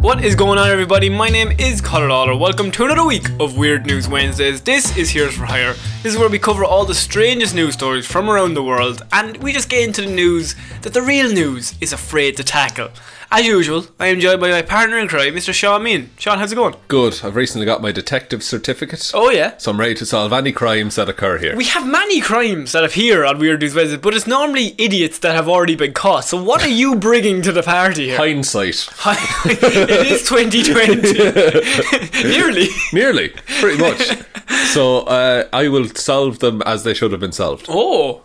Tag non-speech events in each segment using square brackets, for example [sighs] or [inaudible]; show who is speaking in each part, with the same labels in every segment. Speaker 1: What is going on, everybody? My name is Connor Lawler. Welcome to another week of Weird News Wednesdays. This is Here's for Hire. This is where we cover all the strangest news stories from around the world, and we just get into the news that the real news is afraid to tackle. As usual, I am joined by my partner in crime, Mr. Sean Mean. Sean, how's it going?
Speaker 2: Good. I've recently got my detective certificate.
Speaker 1: Oh, yeah.
Speaker 2: So I'm ready to solve any crimes that occur here.
Speaker 1: We have many crimes that appear on Weird News Wednesdays, but it's normally idiots that have already been caught. So, what are you bringing to the party here?
Speaker 2: Hindsight.
Speaker 1: [laughs] it is [laughs] 2020. Nearly.
Speaker 2: Nearly.
Speaker 1: [laughs]
Speaker 2: Pretty much. so uh, I will solve them as they should have been solved.
Speaker 1: Oh.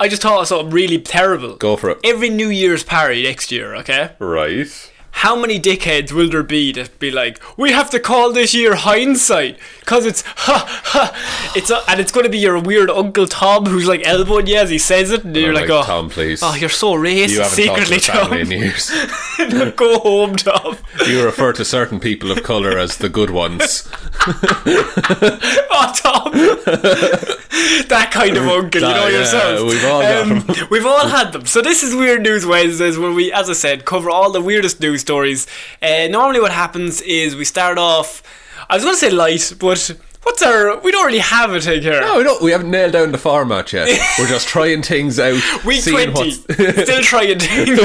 Speaker 1: I just thought of something really terrible.
Speaker 2: Hmm. Go for it.
Speaker 1: Every New Year's party next year, okay?
Speaker 2: Right.
Speaker 1: How many dickheads will there be that be like, we have to call this year hindsight? Because it's [laughs] ha ha. It's a, and it's going to be your weird Uncle Tom who's like elbowing you as he says it, and you're like, oh,
Speaker 2: Tom, please.
Speaker 1: oh, you're so racist
Speaker 2: you haven't
Speaker 1: secretly,
Speaker 2: talked
Speaker 1: [laughs]
Speaker 2: to the family
Speaker 1: Tom.
Speaker 2: in years.
Speaker 1: Go home, Tom.
Speaker 2: You refer to certain people of colour as the good ones.
Speaker 1: [laughs] Oh, Tom. [laughs] that kind of uncle, you
Speaker 2: That-
Speaker 1: know
Speaker 2: yeah,
Speaker 1: yourself. Um,
Speaker 2: we've all got them.
Speaker 1: [laughs] We've all had them. So this is Weird News Wednesdays, where we, as I said, cover all the weirdest news stories. Uh, normally, what happens is we start off. I was going to say light, but what's our? We don't really have a thing here.
Speaker 2: No, no, we haven't nailed down the
Speaker 1: [laughs]
Speaker 2: format yet. We're just trying things out.
Speaker 1: Week
Speaker 2: seeing
Speaker 1: twenty, [laughs]
Speaker 2: what's-
Speaker 1: still trying
Speaker 2: [laughs]
Speaker 1: things.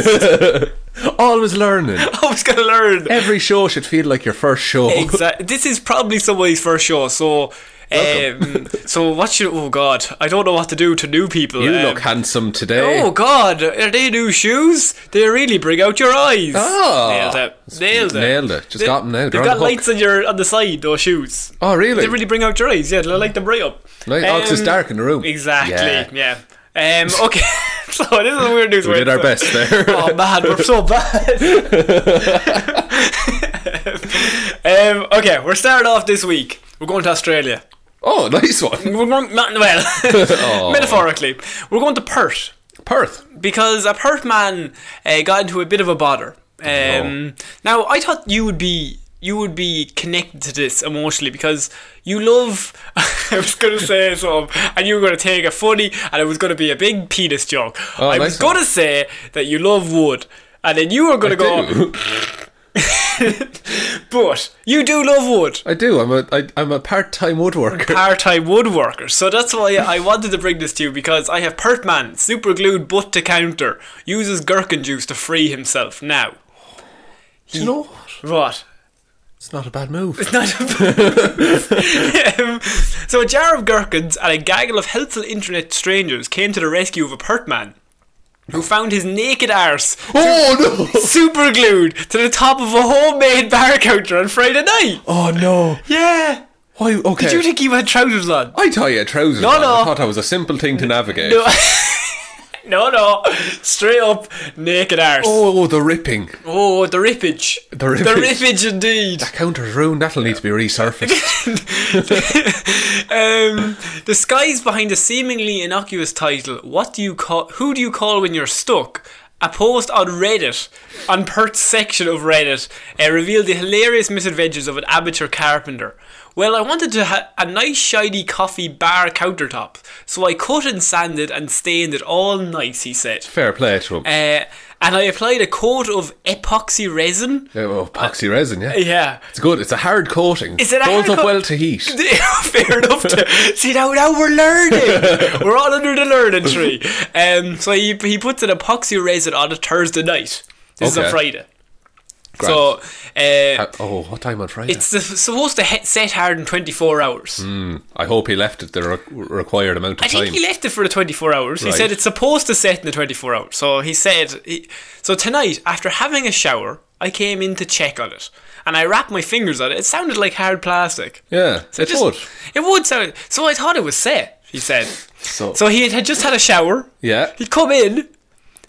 Speaker 2: Always learning.
Speaker 1: I was going to learn.
Speaker 2: Every show should feel like your first show.
Speaker 1: Exactly. This is probably somebody's first show, so. Um,
Speaker 2: Welcome.
Speaker 1: so what should? Oh God, I don't know what to do to new people.
Speaker 2: You
Speaker 1: Um,
Speaker 2: look handsome today.
Speaker 1: Oh God, are they new shoes? They really bring out your eyes.
Speaker 2: Oh.
Speaker 1: nailed it, nailed it,
Speaker 2: Nailed it. Just got 'em nailed.
Speaker 1: They've
Speaker 2: You're on
Speaker 1: got
Speaker 2: the hook.
Speaker 1: lights on your on the side. Those shoes.
Speaker 2: Oh, really?
Speaker 1: They really bring out your eyes. Yeah, they light them right up.
Speaker 2: Like, oh, 'cause it's
Speaker 1: Um,
Speaker 2: dark in the room.
Speaker 1: Exactly.
Speaker 2: Yeah.
Speaker 1: Yeah. Um, okay. [laughs] so this is weird news.
Speaker 2: We did our best there.
Speaker 1: [laughs] Oh man, we're so bad. [laughs] um, okay, we're starting off this week. We're going to Australia.
Speaker 2: Oh, nice one.
Speaker 1: We're going, not, well, [laughs]
Speaker 2: [laughs] Oh.
Speaker 1: metaphorically, we're going to Perth
Speaker 2: Perth.
Speaker 1: because a Perth man uh, got into a bit of a bother. Um,
Speaker 2: Oh.
Speaker 1: Now I thought you would be you would be connected to this emotionally because you love. [laughs] I was gonna say something, and you were gonna take a funny, and it was gonna be a big penis joke.
Speaker 2: Oh,
Speaker 1: I
Speaker 2: nice
Speaker 1: was gonna say that you love wood, and then you were gonna
Speaker 2: I
Speaker 1: go.
Speaker 2: do.
Speaker 1: [laughs]
Speaker 2: [laughs]
Speaker 1: But you do love wood.
Speaker 2: I do. I'm a I, I'm a part-time woodworker.
Speaker 1: part-time woodworker. So that's why I wanted to bring this to you because I have Pertman, super glued butt to counter, uses gherkin juice to free himself now.
Speaker 2: Do you know what?
Speaker 1: What?
Speaker 2: It's not a bad move.
Speaker 1: Not a- Um, [laughs] so a jar of gherkins and a gaggle of helpful internet strangers came to the rescue of a Pertman who found his naked arse
Speaker 2: oh
Speaker 1: [laughs]
Speaker 2: no!
Speaker 1: super glued to the top of a homemade bar counter on Friday night.
Speaker 2: Oh no!
Speaker 1: Yeah.
Speaker 2: Why? Okay.
Speaker 1: Did you think he had trousers on?
Speaker 2: I tie you trousers.
Speaker 1: No,
Speaker 2: on.
Speaker 1: no.
Speaker 2: I thought that was a simple thing to navigate.
Speaker 1: No. No, no, straight up naked arse. Oh,
Speaker 2: Oh, the ripping.
Speaker 1: the rippage.
Speaker 2: The rippage.
Speaker 1: The rippage indeed.
Speaker 2: Counter's ruined. That'll need to be
Speaker 1: [laughs]
Speaker 2: resurfaced.
Speaker 1: um, the skies behind the seemingly innocuous title. What do you call? Who do you call when you're stuck? A post on Reddit, on Pert's section of Reddit, uh, revealed the hilarious misadventures of an amateur carpenter. Well, I wanted to ha- a nice shiny coffee bar countertop, so I cut and sanded and stained it all nice. He said.
Speaker 2: Fair play to him.
Speaker 1: Uh, and I applied a coat of epoxy resin.
Speaker 2: oh, epoxy resin. Yeah.
Speaker 1: Yeah.
Speaker 2: It's good. It's a hard coating.
Speaker 1: Is it a
Speaker 2: Holds
Speaker 1: hard
Speaker 2: up
Speaker 1: coat-
Speaker 2: well
Speaker 1: [laughs]
Speaker 2: to heat.
Speaker 1: Fair enough. [laughs] To, see now, now we're
Speaker 2: [laughs]
Speaker 1: learning. we're all under the learning tree. Um, so he he puts an epoxy resin on a Thursday night. This is a
Speaker 2: Okay.
Speaker 1: Friday.
Speaker 2: Grand.
Speaker 1: So uh,
Speaker 2: Uh, oh, what time on Friday?
Speaker 1: it's the, supposed to he- set hard in twenty four hours.
Speaker 2: I hope he left it the re- required amount of
Speaker 1: I think
Speaker 2: Hmm, time.
Speaker 1: he left it for the 24 hours. He
Speaker 2: Right.
Speaker 1: said it's supposed to set in the 24 hours. So he said, he, so tonight, after having a shower, I came in to check on it. And I wrapped my fingers on it. It sounded like hard plastic.
Speaker 2: yeah,
Speaker 1: So
Speaker 2: it
Speaker 1: just-
Speaker 2: would.
Speaker 1: It would sound. So I thought it was set, he said.
Speaker 2: So,
Speaker 1: So he had just had a shower.
Speaker 2: yeah.
Speaker 1: He'd come in.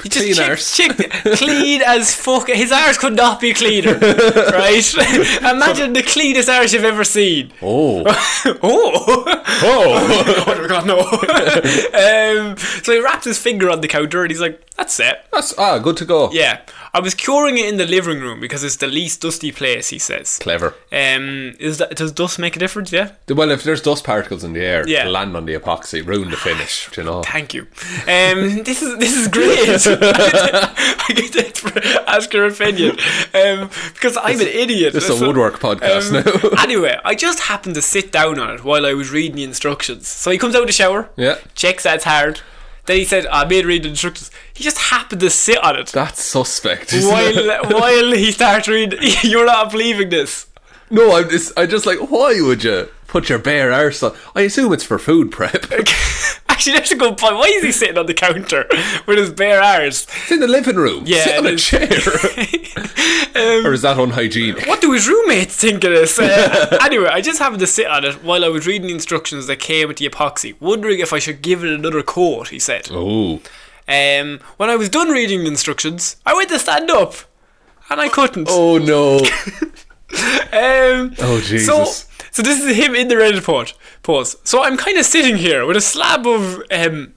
Speaker 1: He just
Speaker 2: Clean
Speaker 1: checked-
Speaker 2: arse. [laughs]
Speaker 1: checked- clean as fuck. His arse could not be cleaner, right? [laughs] Imagine the cleanest arse you've ever seen.
Speaker 2: Oh.
Speaker 1: [laughs] Oh, [laughs]
Speaker 2: Oh.
Speaker 1: oh my god, no. um, so he wrapped his finger on the counter and he's like, That's it.
Speaker 2: [laughs] That's ah, good to go.
Speaker 1: Yeah. I was curing it in the living room because it's the least dusty place, he says.
Speaker 2: Clever.
Speaker 1: Um, is that does dust make a difference? Yeah.
Speaker 2: Well, if there's dust particles in the air,
Speaker 1: Yeah.
Speaker 2: it'll land on the epoxy, ruin the finish. do you
Speaker 1: [sighs]
Speaker 2: know?
Speaker 1: Thank you. Um, [laughs] this is this is great. I get to exp- ask your opinion um, because I'm an idiot.
Speaker 2: This is
Speaker 1: That's
Speaker 2: a
Speaker 1: what-
Speaker 2: woodwork podcast now. [laughs]
Speaker 1: Um, anyway, I just happened to sit down on it while I was reading the instructions. So he comes out of the shower.
Speaker 2: Yeah.
Speaker 1: Checks that's hard. Then he said, "I made read the instructions." He just happened to sit on it
Speaker 2: That's suspect. isn't it?
Speaker 1: while [laughs] while he starts reading. [laughs] You're not believing this. [laughs]
Speaker 2: No, I'm just, I'm just like, why would you put your bare arse on? I assume it's for food prep. [laughs] it's
Speaker 1: Actually, that's a good point. Why is he sitting on the counter with his bare arms?
Speaker 2: in the living room.
Speaker 1: Yeah,
Speaker 2: Sit on
Speaker 1: it
Speaker 2: a
Speaker 1: is. [laughs]
Speaker 2: chair.
Speaker 1: Um,
Speaker 2: or is that unhygienic?
Speaker 1: what do his roommates think of
Speaker 2: [laughs]
Speaker 1: this? Uh, anyway, I just happened to sit on it while I was reading the instructions that came with the epoxy, wondering if I should give it another coat, he said.
Speaker 2: Oh.
Speaker 1: Um, when I was done reading the instructions, I went to stand up. And I couldn't. [laughs]
Speaker 2: Oh no.
Speaker 1: Um,
Speaker 2: Oh, Jesus.
Speaker 1: So, so this is him in the Reddit port. Pause. So I'm kind of sitting here with a slab of um,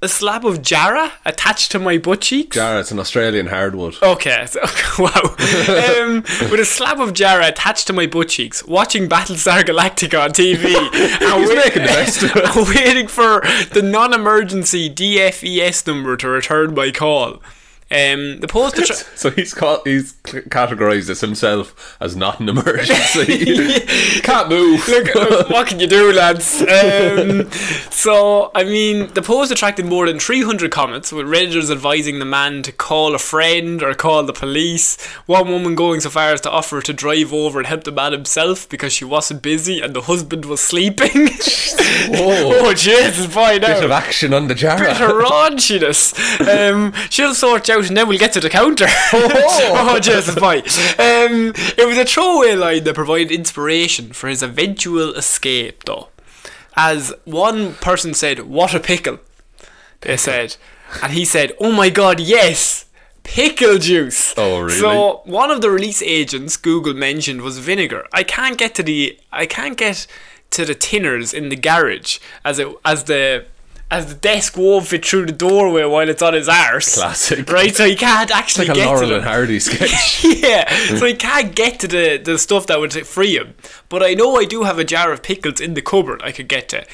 Speaker 1: a slab of Jara attached to my butt cheeks.
Speaker 2: Jarrah, it's an Australian hardwood.
Speaker 1: Okay, [laughs] so, wow. Um, with a slab of Jara attached to my butt cheeks, watching Battlestar Galactica on
Speaker 2: [laughs]
Speaker 1: TV. and
Speaker 2: He's making the best of it.
Speaker 1: and [laughs] waiting for the non emergency DFES E number to return my call. Um, the poster. Tra-
Speaker 2: [laughs] So he's caught, he's c- categorised this himself as not an
Speaker 1: [laughs]
Speaker 2: emergency. Can't move.
Speaker 1: Look, uh,
Speaker 2: [laughs]
Speaker 1: what can you do, lads? Um, so, I mean, the post attracted more than 300 comments, with redditors advising the man to call a friend or call the police. One woman going so far as to offer to drive over and help the man himself because she wasn't busy and the husband was sleeping.
Speaker 2: [laughs] Whoa.
Speaker 1: [laughs] oh, Jesus, boy,
Speaker 2: [laughs] Bit of
Speaker 1: now.
Speaker 2: action on the
Speaker 1: Bit
Speaker 2: Jarrah.
Speaker 1: of raunchiness. Um, she'll sort you out and then we'll get to the counter.
Speaker 2: Oh.
Speaker 1: [laughs] oh, Jesus, boy. Um, it was a throwaway line that provided inspiration for his eventual escape, though. As one person said, What a pickle. They said. And he said, Oh my god, yes! Pickle juice.
Speaker 2: Oh, really?
Speaker 1: So one of the release agents Google mentioned was vinegar. I can't get to the I can't get to the tinners in the garage as it as the as the desk won't fit through the doorway while it's on his arse.
Speaker 2: Classic.
Speaker 1: Right, so he can't actually
Speaker 2: Like a
Speaker 1: get to
Speaker 2: Laurel
Speaker 1: them
Speaker 2: and Hardy
Speaker 1: [laughs]
Speaker 2: sketch. [laughs]
Speaker 1: yeah, so he can't get to the, the stuff that would free him. But I know I do have a jar of pickles in the cupboard I could get to.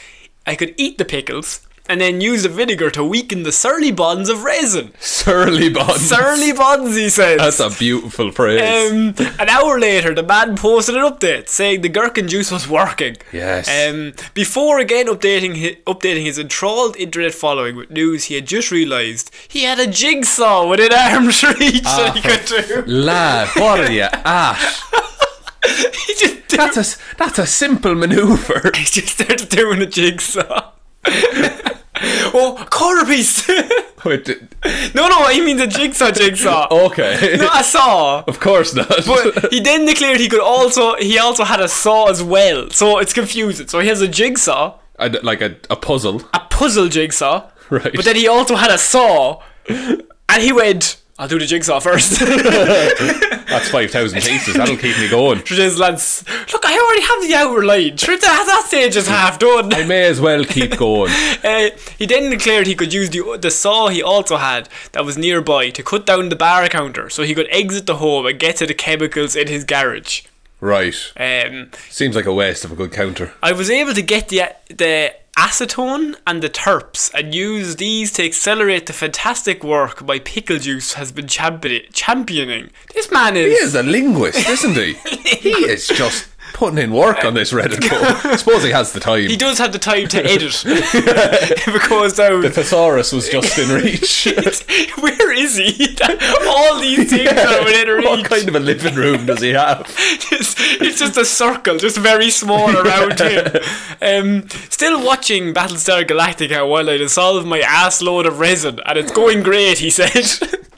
Speaker 1: I could eat the pickles and then use the vinegar to weaken the surly bonds of resin.
Speaker 2: [laughs] Surly Bond.
Speaker 1: Surly bonds, he says.
Speaker 2: [laughs] That's a beautiful phrase. [laughs]
Speaker 1: um, an hour later, the man posted an update saying the gherkin juice was working.
Speaker 2: Yes.
Speaker 1: Um, before again updating his, updating his enthralled internet following with news he had just realised he had a jigsaw within arm's [laughs] reach that he could
Speaker 2: Ah.
Speaker 1: do. [laughs]
Speaker 2: Lad, what are you at?
Speaker 1: He just did
Speaker 2: That's a, s- that's a simple manoeuvre.
Speaker 1: He just started doing a jigsaw. [laughs] oh, quarter piece. no,
Speaker 2: [laughs] Wait, d-
Speaker 1: [laughs] no, he means a jigsaw
Speaker 2: [laughs] Oh.
Speaker 1: jigsaw. [laughs]
Speaker 2: okay.
Speaker 1: Not a saw.
Speaker 2: Of course not.
Speaker 1: But he then declared he could also he also had a saw as well. So it's confusing. So he has a jigsaw,
Speaker 2: I d- like [laughs] a, a puzzle.
Speaker 1: a puzzle jigsaw.
Speaker 2: Right.
Speaker 1: But then he also had a saw. And he went, I'll do the jigsaw first. [laughs]
Speaker 2: That's 5,000 pieces. That'll keep me going.
Speaker 1: Which is, lads, look, I already have the hour line. Sure, that, that stage is half done.
Speaker 2: I may as well keep going.
Speaker 1: Uh, he then declared he could use the, the saw he also had that was nearby to cut down the bar counter so he could exit the home and get to the chemicals in his garage.
Speaker 2: Right.
Speaker 1: Um,
Speaker 2: Seems like a waste of a good counter.
Speaker 1: I was able to get the, the acetone and the terps and use these to accelerate the fantastic work my pickle juice has been champion- championing. This man is.
Speaker 2: He is a linguist, isn't he?
Speaker 1: [laughs]
Speaker 2: he is just putting in work on this Reddit poll. I suppose he has the time.
Speaker 1: He does have the time to edit if it goes down.
Speaker 2: Thesaurus was just in
Speaker 1: [laughs]
Speaker 2: reach.
Speaker 1: It's- [laughs] Where is he? [laughs] All these things are within
Speaker 2: [laughs]
Speaker 1: reach.
Speaker 2: what kind of a living room does he have?
Speaker 1: it's, it's just a circle, just very small
Speaker 2: [laughs]
Speaker 1: around him. Um, still watching Battlestar Galactica while I dissolve my ass load of resin, and it's going great, he said. [laughs]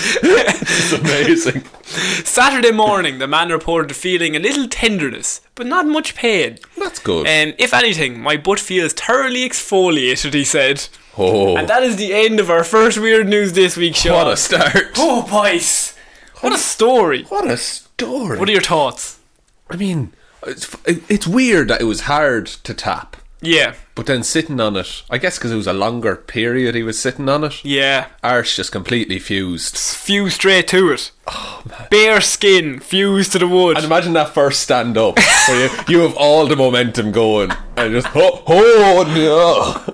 Speaker 2: It's amazing.
Speaker 1: Saturday morning, the man reported feeling a little tenderness, but not much pain.
Speaker 2: That's good.
Speaker 1: Um, if anything, my butt feels thoroughly exfoliated, he said.
Speaker 2: oh,
Speaker 1: And that is the end of our first Weird News This Week show.
Speaker 2: what a start.
Speaker 1: Oh, boys! What a story!
Speaker 2: What a story.
Speaker 1: What are your thoughts?
Speaker 2: I mean, it's, it's weird that it was hard to tap.
Speaker 1: Yeah.
Speaker 2: But then sitting on it, I guess because it was a longer period he was sitting on it,
Speaker 1: Yeah.
Speaker 2: Arsh just completely fused.
Speaker 1: Fused straight to it. Oh man. Bare skin fused to the wood.
Speaker 2: And imagine that first stand up where you, you have all the momentum going and just, oh, oh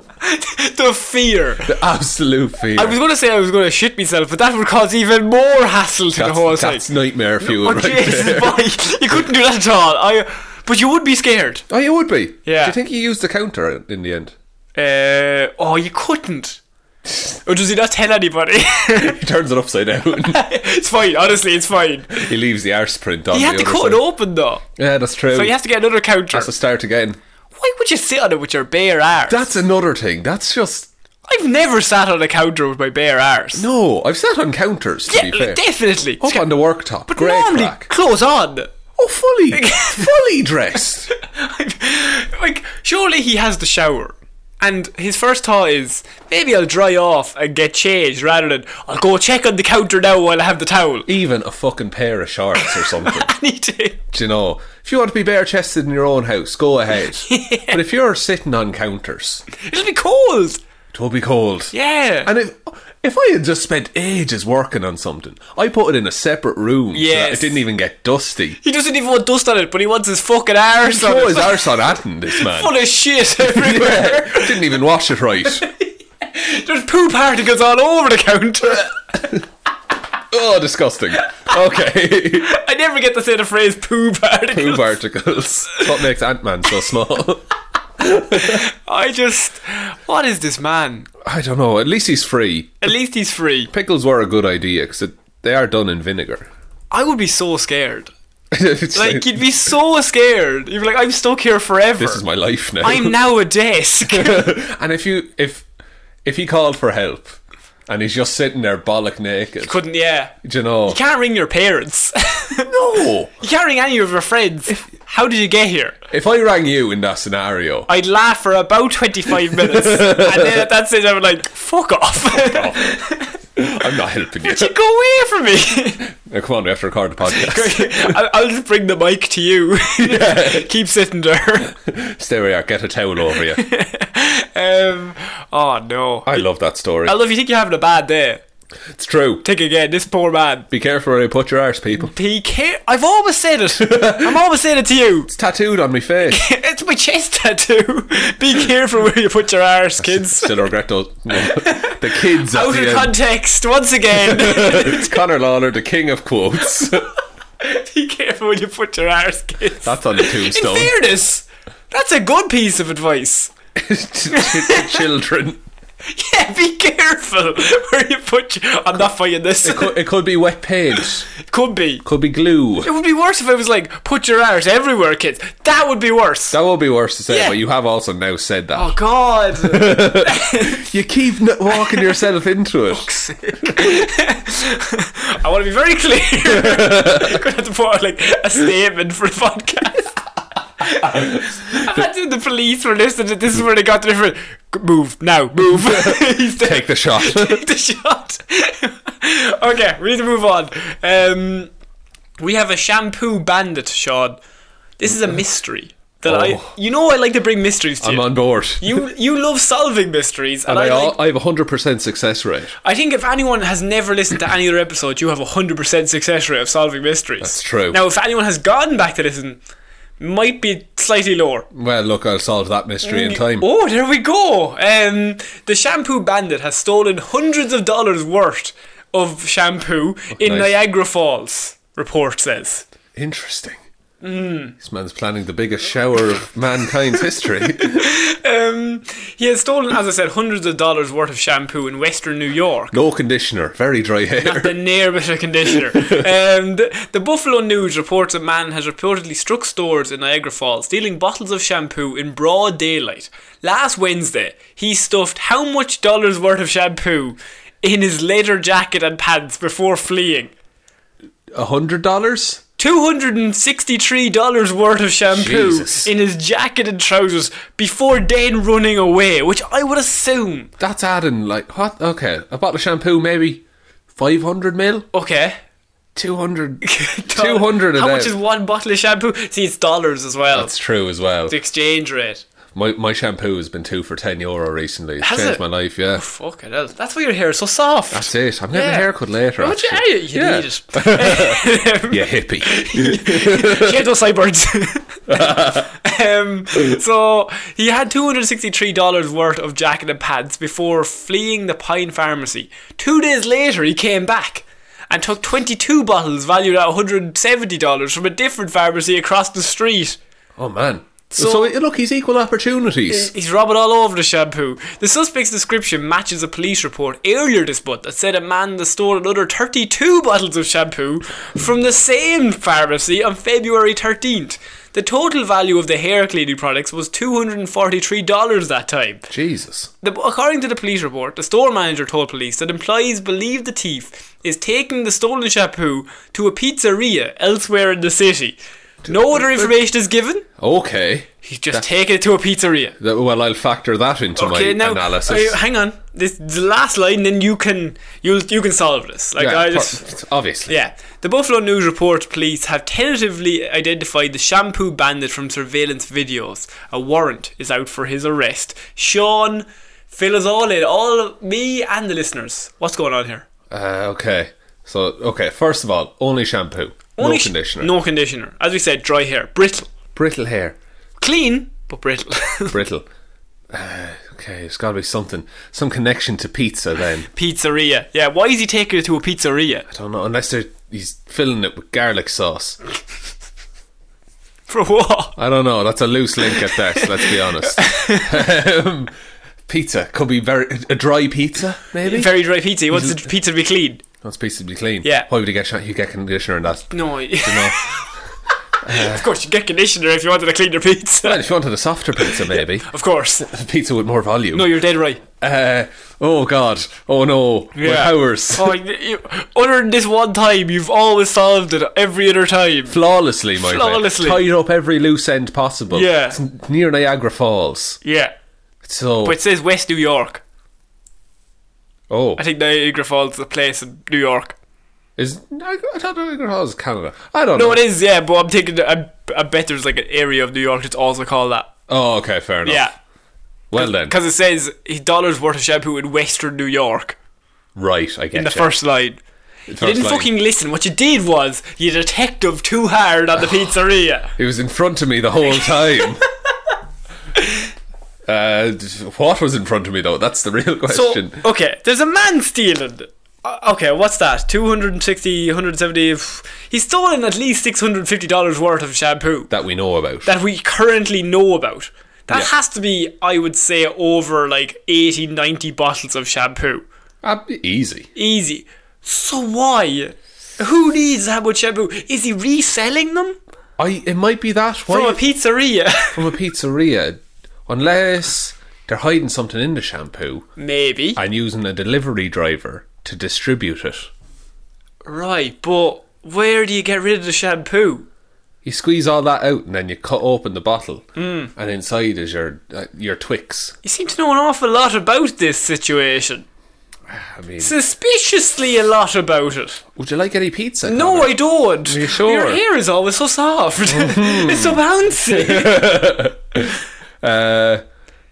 Speaker 1: [laughs]
Speaker 2: no.
Speaker 1: the fear.
Speaker 2: The absolute fear.
Speaker 1: I was going to say I was going to shit myself, but that would cause even more hassle to the
Speaker 2: that's,
Speaker 1: whole
Speaker 2: that's
Speaker 1: thing.
Speaker 2: nightmare fuel
Speaker 1: Oh
Speaker 2: [laughs] right
Speaker 1: Jesus,
Speaker 2: there.
Speaker 1: boy, you couldn't do that at all. I, but you would be scared.
Speaker 2: Oh, you would be.
Speaker 1: Yeah.
Speaker 2: Do you think he used the counter in- in the end?
Speaker 1: Uh, oh, you couldn't. Or does he not tell anybody? [laughs]
Speaker 2: He turns it upside down.
Speaker 1: it's fine. Honestly, it's fine.
Speaker 2: he leaves the arse print on
Speaker 1: You have
Speaker 2: the
Speaker 1: to
Speaker 2: other
Speaker 1: cut it
Speaker 2: side.
Speaker 1: open though,
Speaker 2: Yeah, that's true.
Speaker 1: so you have to get another counter.
Speaker 2: That's a start again.
Speaker 1: Why would you sit on it with your bare arse?
Speaker 2: That's another thing. That's just
Speaker 1: I've never sat on a counter with my bare arse.
Speaker 2: no. I've sat on counters to
Speaker 1: yeah,
Speaker 2: be fair. Oh,
Speaker 1: definitely.
Speaker 2: Up on the worktop.
Speaker 1: but
Speaker 2: Great
Speaker 1: normally,
Speaker 2: crack.
Speaker 1: clothes on. [laughs]
Speaker 2: Oh, fully, fully dressed.
Speaker 1: like, surely he has the shower. And his first thought is, maybe I'll dry off and get changed rather than, I'll go check on the counter now while I have the towel. [laughs]
Speaker 2: Even a fucking pair of shorts or something.
Speaker 1: And he did.
Speaker 2: Do you know, if you want to be bare chested in your own house, go
Speaker 1: [laughs]
Speaker 2: ahead. But if you're sitting on counters,
Speaker 1: It'll be cold.
Speaker 2: it'll be cold.
Speaker 1: Yeah.
Speaker 2: And if if I had just spent ages working on something, I put it in a separate room so that
Speaker 1: Yes.
Speaker 2: it didn't even get dusty.
Speaker 1: he doesn't even want dust on it, but he wants his fucking arse on
Speaker 2: Throw
Speaker 1: it.
Speaker 2: his arse on Atten, this man.
Speaker 1: Full of shit everywhere.
Speaker 2: [laughs] Yeah, didn't even wash it right.
Speaker 1: There's poo particles all over the counter.
Speaker 2: Oh, disgusting. Okay.
Speaker 1: [laughs] I never get to say the phrase poo particles.
Speaker 2: Poo particles. It's What makes Ant Man so small?
Speaker 1: I just. What is this man?
Speaker 2: I don't know. At least he's free.
Speaker 1: At least he's free.
Speaker 2: Pickles were a good idea because they are done in vinegar. [laughs]
Speaker 1: I would be so scared.
Speaker 2: It's like,
Speaker 1: Like you'd
Speaker 2: [laughs]
Speaker 1: be so scared. You'd be like, I'm stuck here forever.
Speaker 2: this is my life now. [laughs]
Speaker 1: I'm now a desk. [laughs]
Speaker 2: and if you if if he called for help and he's just sitting there bollock naked,
Speaker 1: Couldn't yeah.
Speaker 2: do you know?
Speaker 1: You can't ring your parents. [laughs]
Speaker 2: No.
Speaker 1: you can't ring any of your friends. How did you get here?
Speaker 2: If I rang you in that scenario,
Speaker 1: I'd laugh for about twenty five minutes. and then at that stage I'm like, fuck off. [laughs]
Speaker 2: I'm not helping you.
Speaker 1: you go away from me. [laughs]
Speaker 2: Now, come on, we have to record the podcast.
Speaker 1: I'll, I'll just bring the mic to you. [laughs] Keep sitting there. [laughs]
Speaker 2: Stay where you are. Get a towel over you.
Speaker 1: Um, oh no.
Speaker 2: I love that story.
Speaker 1: Although if you think you're having a bad day,
Speaker 2: It's true.
Speaker 1: think again. This poor man.
Speaker 2: Be careful where you put your arse, people.
Speaker 1: PK. I've always said
Speaker 2: [laughs]
Speaker 1: it. I'm always saying it to you.
Speaker 2: It's tattooed on my face.
Speaker 1: It's my chest tattoo.
Speaker 2: [laughs]
Speaker 1: Be careful where you put your arse, kids.
Speaker 2: Still regret those.
Speaker 1: [laughs]
Speaker 2: no. the kids at
Speaker 1: Out
Speaker 2: the
Speaker 1: of
Speaker 2: end.
Speaker 1: context, once again.
Speaker 2: [laughs] it's Connor Lawler, the king
Speaker 1: [laughs]
Speaker 2: of quotes.
Speaker 1: Be careful where you put your arse, kids.
Speaker 2: That's on the
Speaker 1: In
Speaker 2: tombstone.
Speaker 1: fairness, that's a good piece of advice. [laughs]
Speaker 2: To [laughs] Children.
Speaker 1: Yeah, be careful where you put your... I'm not fighting this. It
Speaker 2: Could- It could be wet paint.
Speaker 1: could be.
Speaker 2: Could be glue.
Speaker 1: It would be worse if I was like, put your arse everywhere, kids. That would be worse.
Speaker 2: That would be worse to say,
Speaker 1: Yeah.
Speaker 2: but you have also now said that.
Speaker 1: oh, God.
Speaker 2: You keep n- walking yourself into it.
Speaker 1: [laughs] I want to be very clear. I'm going to have to put out like a statement for the
Speaker 2: [laughs]
Speaker 1: podcast. Imagine the police were listening. to This is where they got the different. Move now, move.
Speaker 2: [laughs]
Speaker 1: He's dead.
Speaker 2: Take the
Speaker 1: [laughs]
Speaker 2: shot.
Speaker 1: Take the shot. [laughs] okay, we need to move on. Um, we have a shampoo bandit, Sean. This is a mystery that I.
Speaker 2: Oh.
Speaker 1: You know, I like to bring mysteries to
Speaker 2: [laughs] I'm
Speaker 1: you.
Speaker 2: on board.
Speaker 1: you you love solving mysteries, and,
Speaker 2: and I,
Speaker 1: I, like
Speaker 2: al- I have a 100% success rate.
Speaker 1: I think if anyone has never listened to any other episode, you have a hundred percent success rate of solving mysteries. That's
Speaker 2: true.
Speaker 1: Now, if anyone has gone back to listen, might be slightly lower.
Speaker 2: Well, look, I'll solve that mystery in time.
Speaker 1: Oh, there we go. Um, the shampoo bandit has stolen hundreds of dollars worth of shampoo in
Speaker 2: nice.
Speaker 1: Niagara Falls. Report says.
Speaker 2: Interesting.
Speaker 1: Mm.
Speaker 2: This man's planning the biggest shower of mankind's history. [laughs]
Speaker 1: Um, he has stolen, as I said, hundreds of dollars worth of shampoo in Western New York.
Speaker 2: No conditioner, very dry hair.
Speaker 1: the near bitter
Speaker 2: [laughs]
Speaker 1: conditioner. um, the, the Buffalo News reports a man has reportedly struck stores in Niagara Falls, stealing bottles of shampoo in broad daylight. Last Wednesday, he stuffed how much dollars worth of shampoo in his leather jacket and pants before fleeing?
Speaker 2: A hundred dollars?
Speaker 1: $263 worth of shampoo
Speaker 2: Jesus.
Speaker 1: in his jacket and trousers before then running away, which I would assume.
Speaker 2: That's adding like what? Okay, a bottle of shampoo maybe five hundred mil,
Speaker 1: Okay. [laughs]
Speaker 2: two hundred, [laughs] two hundred.
Speaker 1: How much is one bottle of shampoo? See, it's dollars as well.
Speaker 2: That's true as well.
Speaker 1: the exchange rate.
Speaker 2: My my shampoo has been two for ten euro recently. It's
Speaker 1: Has
Speaker 2: changed
Speaker 1: it?
Speaker 2: my life. Yeah,
Speaker 1: Fuck it. hell. That's why your hair is so soft.
Speaker 2: that's it. I'm getting
Speaker 1: Yeah.
Speaker 2: a haircut later.
Speaker 1: How much
Speaker 2: actually.
Speaker 1: are you? You
Speaker 2: Yeah.
Speaker 1: need
Speaker 2: [laughs]
Speaker 1: it. [laughs]
Speaker 2: You hippie.
Speaker 1: Shave those sideburns. [laughs]
Speaker 2: [laughs]
Speaker 1: um, so he had two hundred sixty-three dollars worth of jacket and pads before fleeing the Pine Pharmacy. Two days later, he came back and took twenty-two bottles valued at one hundred and seventy dollars from a different pharmacy across the street.
Speaker 2: oh man. So,
Speaker 1: So-
Speaker 2: look, he's equal opportunities.
Speaker 1: He's rubbing all over the shampoo. The suspect's description matches a police report earlier this month that said a man had stolen another 32 bottles of shampoo from the same pharmacy on February 13th. The total value of the hair cleaning products was $243 that time.
Speaker 2: Jesus.
Speaker 1: The, according to the police report, the store manager told police that employees believe the thief is taking the stolen shampoo to a pizzeria elsewhere in the city. No other information is given.
Speaker 2: Okay.
Speaker 1: He's just taking it to a pizzeria.
Speaker 2: That- well, I'll factor that into my
Speaker 1: [laughs]
Speaker 2: analysis.
Speaker 1: uh, hang on. This the last line, then you can you you can solve this. Like
Speaker 2: yeah,
Speaker 1: I
Speaker 2: pro-
Speaker 1: just
Speaker 2: obviously.
Speaker 1: yeah. The Buffalo News report police have tentatively identified the shampoo bandit from surveillance videos. A warrant is out for his arrest. Sean, fill us all in, all of me and the listeners. What's going on here?
Speaker 2: Uh, okay. So, okay. First of all, only shampoo,
Speaker 1: Only
Speaker 2: no
Speaker 1: sh-
Speaker 2: conditioner,
Speaker 1: No conditioner. As we said, dry hair, brittle,
Speaker 2: brittle hair,
Speaker 1: clean but brittle. [laughs]
Speaker 2: brittle. Uh, okay, there's got to be something, some connection to pizza then.
Speaker 1: pizzeria. Yeah. Why is he taking it to a pizzeria? [laughs]
Speaker 2: I don't know, unless they're, he's filling it with garlic sauce.
Speaker 1: For what?
Speaker 2: I don't know. That's a loose link at best. let's
Speaker 1: [laughs]
Speaker 2: be honest. um, pizza could be very a dry pizza, maybe.
Speaker 1: Very dry pizza. He wants the pizza to be clean.
Speaker 2: That's pizza to be clean.
Speaker 1: Yeah.
Speaker 2: Why would you get sh- you get conditioner in that?
Speaker 1: No,
Speaker 2: No.
Speaker 1: [laughs] of course you get conditioner if you wanted to clean your pizza.
Speaker 2: Uh, well, if you wanted a softer pizza, maybe
Speaker 1: [laughs] Of course.
Speaker 2: a pizza with more volume.
Speaker 1: No, you're dead right.
Speaker 2: Uh, oh God! Oh no! My
Speaker 1: Yeah.
Speaker 2: powers
Speaker 1: Oh, you, you, other than this one time, you've always solved it every other time.
Speaker 2: flawlessly, my
Speaker 1: Flawlessly.
Speaker 2: friend. Tied up every loose end possible.
Speaker 1: Yeah.
Speaker 2: It's n- near Niagara Falls.
Speaker 1: Yeah.
Speaker 2: So
Speaker 1: But it says West New York.
Speaker 2: oh,
Speaker 1: I think Niagara Falls is a place in New York.
Speaker 2: is Niagara, I thought Niagara Falls is Canada. I don't
Speaker 1: No,
Speaker 2: know.
Speaker 1: it is, yeah, but I'm thinking, I, I bet there's like an area of New York that's also called that.
Speaker 2: Oh, okay, fair enough.
Speaker 1: Yeah.
Speaker 2: Well then,
Speaker 1: Because it says a dollar's worth of shampoo in Western New York
Speaker 2: right? I get
Speaker 1: in the
Speaker 2: you.
Speaker 1: first line.
Speaker 2: First
Speaker 1: You didn't
Speaker 2: line.
Speaker 1: fucking listen. What you did was you detective too hard
Speaker 2: [laughs] Oh.
Speaker 1: on the pizzeria.
Speaker 2: He was in front of me the whole
Speaker 1: [laughs]
Speaker 2: time. uh, what was in front of me though? That's the real question.
Speaker 1: So, okay, there's a man stealing. Uh, okay, what's that? 260, 170. pff, He's stolen at least $650 worth of shampoo
Speaker 2: that we know about.
Speaker 1: that we currently know about. That
Speaker 2: Yeah.
Speaker 1: has to be, I would say, over like 80, 90 bottles of shampoo.
Speaker 2: Ah, easy.
Speaker 1: Easy. So why? Who needs that much shampoo? Is he reselling them?
Speaker 2: I. It might be that. Why
Speaker 1: From a pizzeria? [laughs]
Speaker 2: from a pizzeria, unless they're hiding something in the shampoo
Speaker 1: Maybe.
Speaker 2: and using a delivery driver to distribute it.
Speaker 1: Right, but where do you get rid of the shampoo?
Speaker 2: You squeeze all that out and then you cut open the bottle, mm. and inside is your uh, your Twix.
Speaker 1: You seem to know an awful lot about this situation.
Speaker 2: I mean,
Speaker 1: suspiciously a lot about it.
Speaker 2: would you like any pizza?
Speaker 1: No, I don't.
Speaker 2: you sure? Mm-hmm.
Speaker 1: Your hair is always so
Speaker 2: [laughs]
Speaker 1: soft. it's so bouncy.
Speaker 2: Connor? Uh,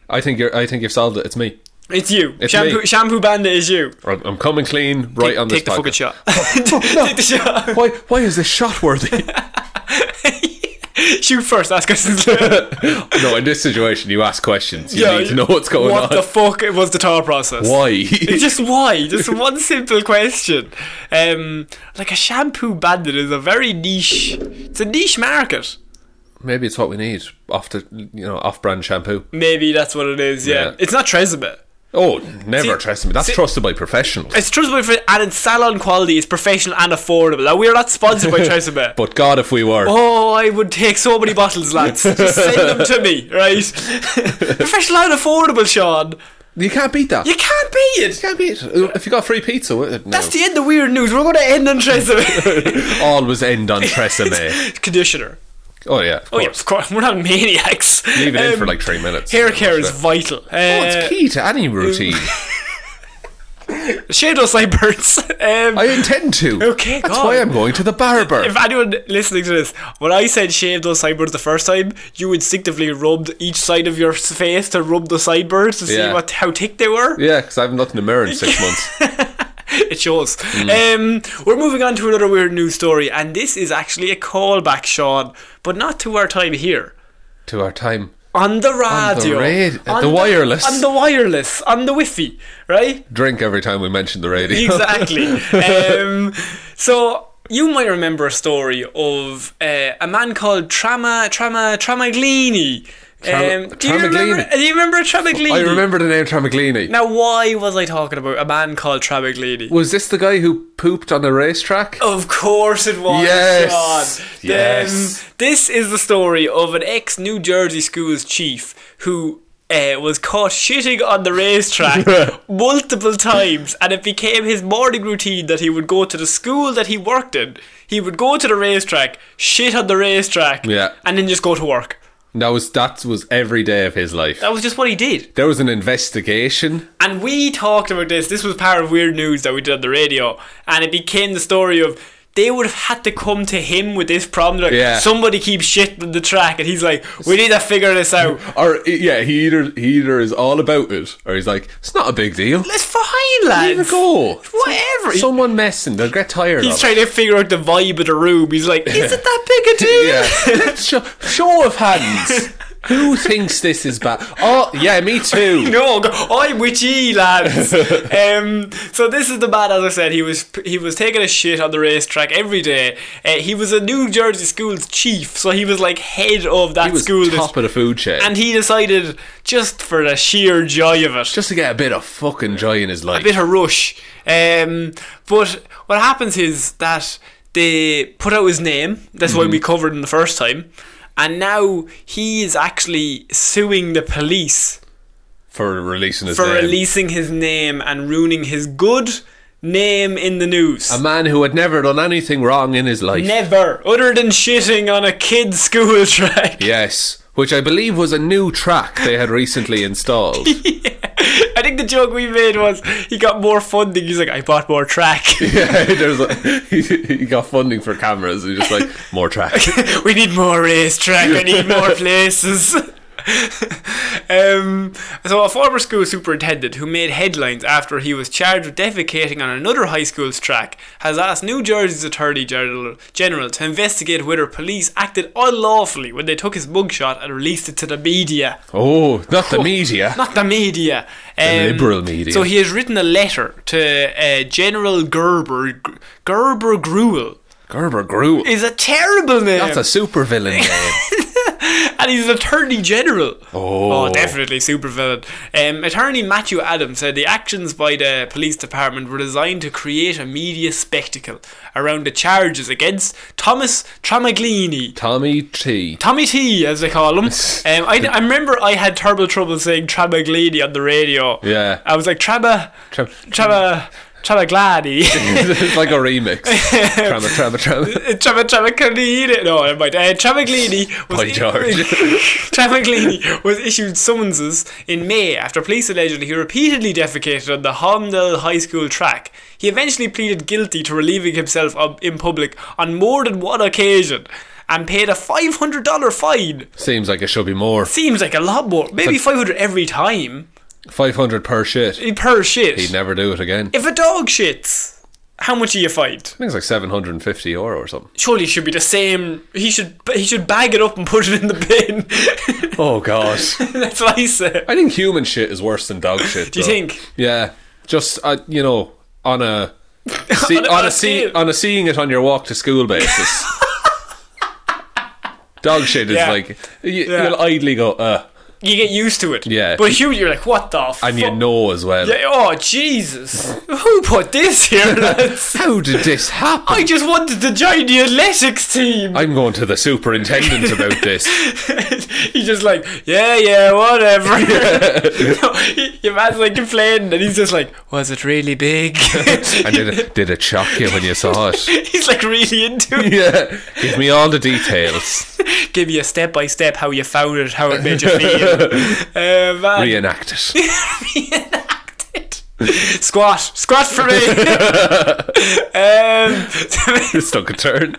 Speaker 2: I think you're. I think you've solved it. It's me.
Speaker 1: It's you.
Speaker 2: It's
Speaker 1: shampoo,
Speaker 2: me.
Speaker 1: shampoo bandit is you.
Speaker 2: I'm, I'm coming clean right on this
Speaker 1: Take the fucking
Speaker 2: podcast.
Speaker 1: shot.
Speaker 2: [laughs]
Speaker 1: Take the shot.
Speaker 2: Oh, Why? Why is this shot worthy?
Speaker 1: [laughs] Shoot first. Ask
Speaker 2: [laughs]
Speaker 1: questions later. [laughs]
Speaker 2: no, in this situation, you ask questions. You need to know what's going
Speaker 1: what
Speaker 2: [laughs] on.
Speaker 1: the fuck was the thought process?
Speaker 2: why?
Speaker 1: Just why? Just one simple question. Um, like a shampoo bandit is a very niche. It's a niche market.
Speaker 2: Maybe it's what we need off the you know off-brand shampoo.
Speaker 1: Maybe that's what it is. Yeah,
Speaker 2: Yeah.
Speaker 1: it's not Tresemme.
Speaker 2: Oh, never trust me. That's
Speaker 1: see-
Speaker 2: trusted by professionals.
Speaker 1: It's trustworthy for, and it's salon quality. It's professional and affordable. Now we're not sponsored
Speaker 2: [laughs]
Speaker 1: by Tresemme.
Speaker 2: But God, if we were,
Speaker 1: Oh, I would take so many bottles,
Speaker 2: [laughs]
Speaker 1: lads. Just send them to me, right? [laughs] professional and affordable, Sean.
Speaker 2: you can't beat that.
Speaker 1: You can't beat it.
Speaker 2: can't beat it. If you got free pizza, uh, no.
Speaker 1: That's the end of weird news. We're going to end on Tresemme
Speaker 2: [laughs] always end on [laughs]
Speaker 1: [laughs]
Speaker 2: Tresemme.
Speaker 1: conditioner.
Speaker 2: oh yeah, of
Speaker 1: Oh
Speaker 2: course.
Speaker 1: yeah, of course. We're not maniacs.
Speaker 2: Leave it in
Speaker 1: Um,
Speaker 2: for like three minutes.
Speaker 1: hair
Speaker 2: and
Speaker 1: care Uh,
Speaker 2: watch
Speaker 1: is
Speaker 2: that.
Speaker 1: vital.
Speaker 2: Oh, it's
Speaker 1: Uh,
Speaker 2: key to any routine.
Speaker 1: Shade us like birds. [laughs] Um,
Speaker 2: [laughs] I intend to.
Speaker 1: Okay,
Speaker 2: That's
Speaker 1: God.
Speaker 2: why I'm going to the barber.
Speaker 1: if anyone listening to this, when I said shave those sideburns the first time, you instinctively rubbed each side of your face to rub the sideburns to see
Speaker 2: Yeah.
Speaker 1: what how thick they were.
Speaker 2: [laughs] Yeah, because I haven't looked in the mirror in [laughs] six months.
Speaker 1: [laughs] It shows.
Speaker 2: Mm.
Speaker 1: Um, we're moving on to another weird news story, and this is actually a callback, Sean, but not to our time here.
Speaker 2: To our time.
Speaker 1: On the radio,
Speaker 2: rad- the wireless.
Speaker 1: on the wireless, on the wifi, right?
Speaker 2: Drink every time we mention the radio.
Speaker 1: [laughs] Exactly. um, so you might remember a story of uh, a man called Trama Trama Tramaglini. Um,
Speaker 2: Tram-
Speaker 1: do you remember?
Speaker 2: Tramaglini.
Speaker 1: Do you remember Tramaglini?
Speaker 2: [laughs] I remember the name Tramaglini.
Speaker 1: Now, why was I talking about a man called Tramaglini?
Speaker 2: Was this the guy who pooped on a racetrack?
Speaker 1: Of course it was,
Speaker 2: Yes.
Speaker 1: Sean.
Speaker 2: Yes.
Speaker 1: Um, this is the story of an ex New Jersey school's chief who uh, was caught shitting on the
Speaker 2: [laughs]
Speaker 1: racetrack multiple times, and it became his morning routine that he would go to the school that he worked in. He would go to the racetrack, shit on the racetrack,
Speaker 2: Yeah.
Speaker 1: and then just go to work.
Speaker 2: That was that was every day of his life.
Speaker 1: That was just what he did.
Speaker 2: There was an investigation.
Speaker 1: And we talked about this. This was part of weird news that we did on the radio, and it became the story of they would have had to come to him with this problem. Like,
Speaker 2: Yeah.
Speaker 1: Somebody keeps shit on the track, and he's like, "We need to figure this
Speaker 2: [laughs]
Speaker 1: out."
Speaker 2: Or i- yeah, he either he either is all about it, or he's like, it's not a big deal.
Speaker 1: It's fine, lads.
Speaker 2: Leave it go.
Speaker 1: Whatever.
Speaker 2: Someone messing, they'll get tired
Speaker 1: he's
Speaker 2: of
Speaker 1: trying to figure out the vibe of the room. He's like, "Is it that big a deal?"
Speaker 2: it. [laughs] Yeah. Let's show, show of hands. Who thinks this is bad? Oh yeah, me
Speaker 1: [laughs] [laughs]
Speaker 2: too.
Speaker 1: No, go- I'm with ye,
Speaker 2: [laughs]
Speaker 1: lads. um, so this is the man, as I said, he was he was taking a shit on the racetrack every day. Uh, he was a New Jersey school's chief, so he was like head of that
Speaker 2: he was
Speaker 1: school,
Speaker 2: top of the food chain.
Speaker 1: and he decided just for the sheer joy of it,
Speaker 2: just to get a bit of fucking joy in his life.
Speaker 1: a bit of rush. Um, but what happens is that they put out his name. That's why we covered him the first time. And now he is actually suing the police
Speaker 2: for releasing his
Speaker 1: for
Speaker 2: name.
Speaker 1: releasing his name and ruining his good name in the news.
Speaker 2: a man who had never done anything wrong in his life.
Speaker 1: Never, other than shitting on a kid's school [laughs] track.
Speaker 2: Yes, which I believe was a new track they had
Speaker 1: [laughs]
Speaker 2: recently installed.
Speaker 1: I think the joke we made was he got more funding. He's like, I bought more track.
Speaker 2: yeah, [laughs] there's like, he, he got funding for cameras. And he's just like more track.
Speaker 1: [laughs] we need more racetrack. I need
Speaker 2: [laughs]
Speaker 1: more places. [laughs] um, so, a former school superintendent who made headlines after he was charged with defecating on another high school's track has asked New Jersey's Attorney General, General to investigate whether police acted unlawfully when they took his mugshot and released it to the media.
Speaker 2: Oh, not the media.
Speaker 1: [laughs] Not the media. Um,
Speaker 2: liberal media.
Speaker 1: So, he has written a letter to uh, General Gerber, Gerber Gruel.
Speaker 2: Gerber Grew.
Speaker 1: Is a terrible name.
Speaker 2: That's a super
Speaker 1: [laughs]
Speaker 2: villain name.
Speaker 1: and he's an attorney general.
Speaker 2: Oh.
Speaker 1: definitely supervillain. Um, attorney Matthew Adams said the actions by the police department were designed to create a media spectacle around the charges against Thomas Tramaglini.
Speaker 2: Tommy T.
Speaker 1: Tommy T, as they call
Speaker 2: [laughs]
Speaker 1: him. Um, I, I remember I had terrible trouble saying Tramaglini on the radio.
Speaker 2: Yeah.
Speaker 1: I was like, Trama,
Speaker 2: Tra- [laughs]
Speaker 1: Trama, Tramaglani.
Speaker 2: it's like a
Speaker 1: [laughs]
Speaker 2: remix. Trama, trama, trama.
Speaker 1: Trevor Travaglini. No, never mind. Uh, Travaglini was
Speaker 2: By George.
Speaker 1: [laughs] Travaglini was issued summonses in May after police allegedly he repeatedly defecated on the Homdale High School track. He eventually pleaded guilty to relieving himself of, in public on more than one occasion and paid a five hundred dollar fine.
Speaker 2: Seems like it should be more.
Speaker 1: Seems like a lot more. Maybe five hundred every time
Speaker 2: 500 per shit.
Speaker 1: per shit.
Speaker 2: He'd never do it again. I
Speaker 1: if a dog shits, how much are you fined?
Speaker 2: think it's like 750 euro or something.
Speaker 1: Surely it should be the same. He should he should bag it up and put it in the bin.
Speaker 2: Oh, gosh.
Speaker 1: [laughs] That's what I said.
Speaker 2: I think human shit is worse
Speaker 1: [laughs]
Speaker 2: than dog shit.
Speaker 1: Do you
Speaker 2: though.
Speaker 1: think?
Speaker 2: Yeah, just uh, you know, on
Speaker 1: [laughs]
Speaker 2: a see, on,
Speaker 1: on
Speaker 2: a,
Speaker 1: a
Speaker 2: see,
Speaker 1: scale.
Speaker 2: on a seeing it on your walk to school
Speaker 1: [laughs]
Speaker 2: basis. dog shit is
Speaker 1: Yeah.
Speaker 2: like you, you'll idly go, uh,
Speaker 1: You get used to it.
Speaker 2: Yeah.
Speaker 1: But human, you're like, what the fuck?
Speaker 2: and you know as well.
Speaker 1: Oh, Jesus. Who put this here, lads?
Speaker 2: [laughs] How did this happen?
Speaker 1: I just wanted to join the athletics team.
Speaker 2: I'm going to the superintendent about this.
Speaker 1: [laughs] he's just like, yeah, yeah,
Speaker 2: [laughs]
Speaker 1: whatever. [laughs] no, he- your man's like complaining, and he's just like, was it really
Speaker 2: [laughs]
Speaker 1: big? [laughs]
Speaker 2: And did it, did it shock you when you saw it? [laughs]
Speaker 1: he's like really into it.
Speaker 2: Yeah, give me all the details. [laughs]
Speaker 1: Give you a step by step how you found it, how it made you feel. uh, man.
Speaker 2: Reenact it. [laughs]
Speaker 1: reenacted. [laughs] Squat, squat for me. um,
Speaker 2: This took a turn.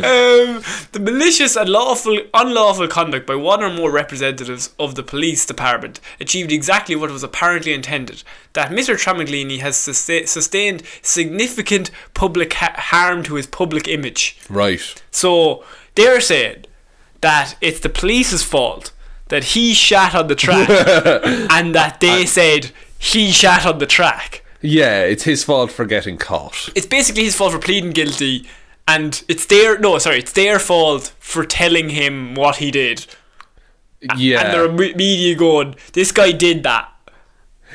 Speaker 1: um, the malicious and lawful, unlawful conduct by one or more representatives of the police department achieved exactly what was apparently intended that Mr. Tramaglini has susta- sustained significant public ha- harm to his public image.
Speaker 2: Right.
Speaker 1: So they're saying that it's the police's fault that he shat on the track and that they said he shat on the track.
Speaker 2: Yeah, it's his fault for getting caught.
Speaker 1: It's basically his fault for pleading guilty and it's their no, sorry, it's their fault for telling him what he did. And
Speaker 2: Yeah.
Speaker 1: they're me- media going, this guy did that.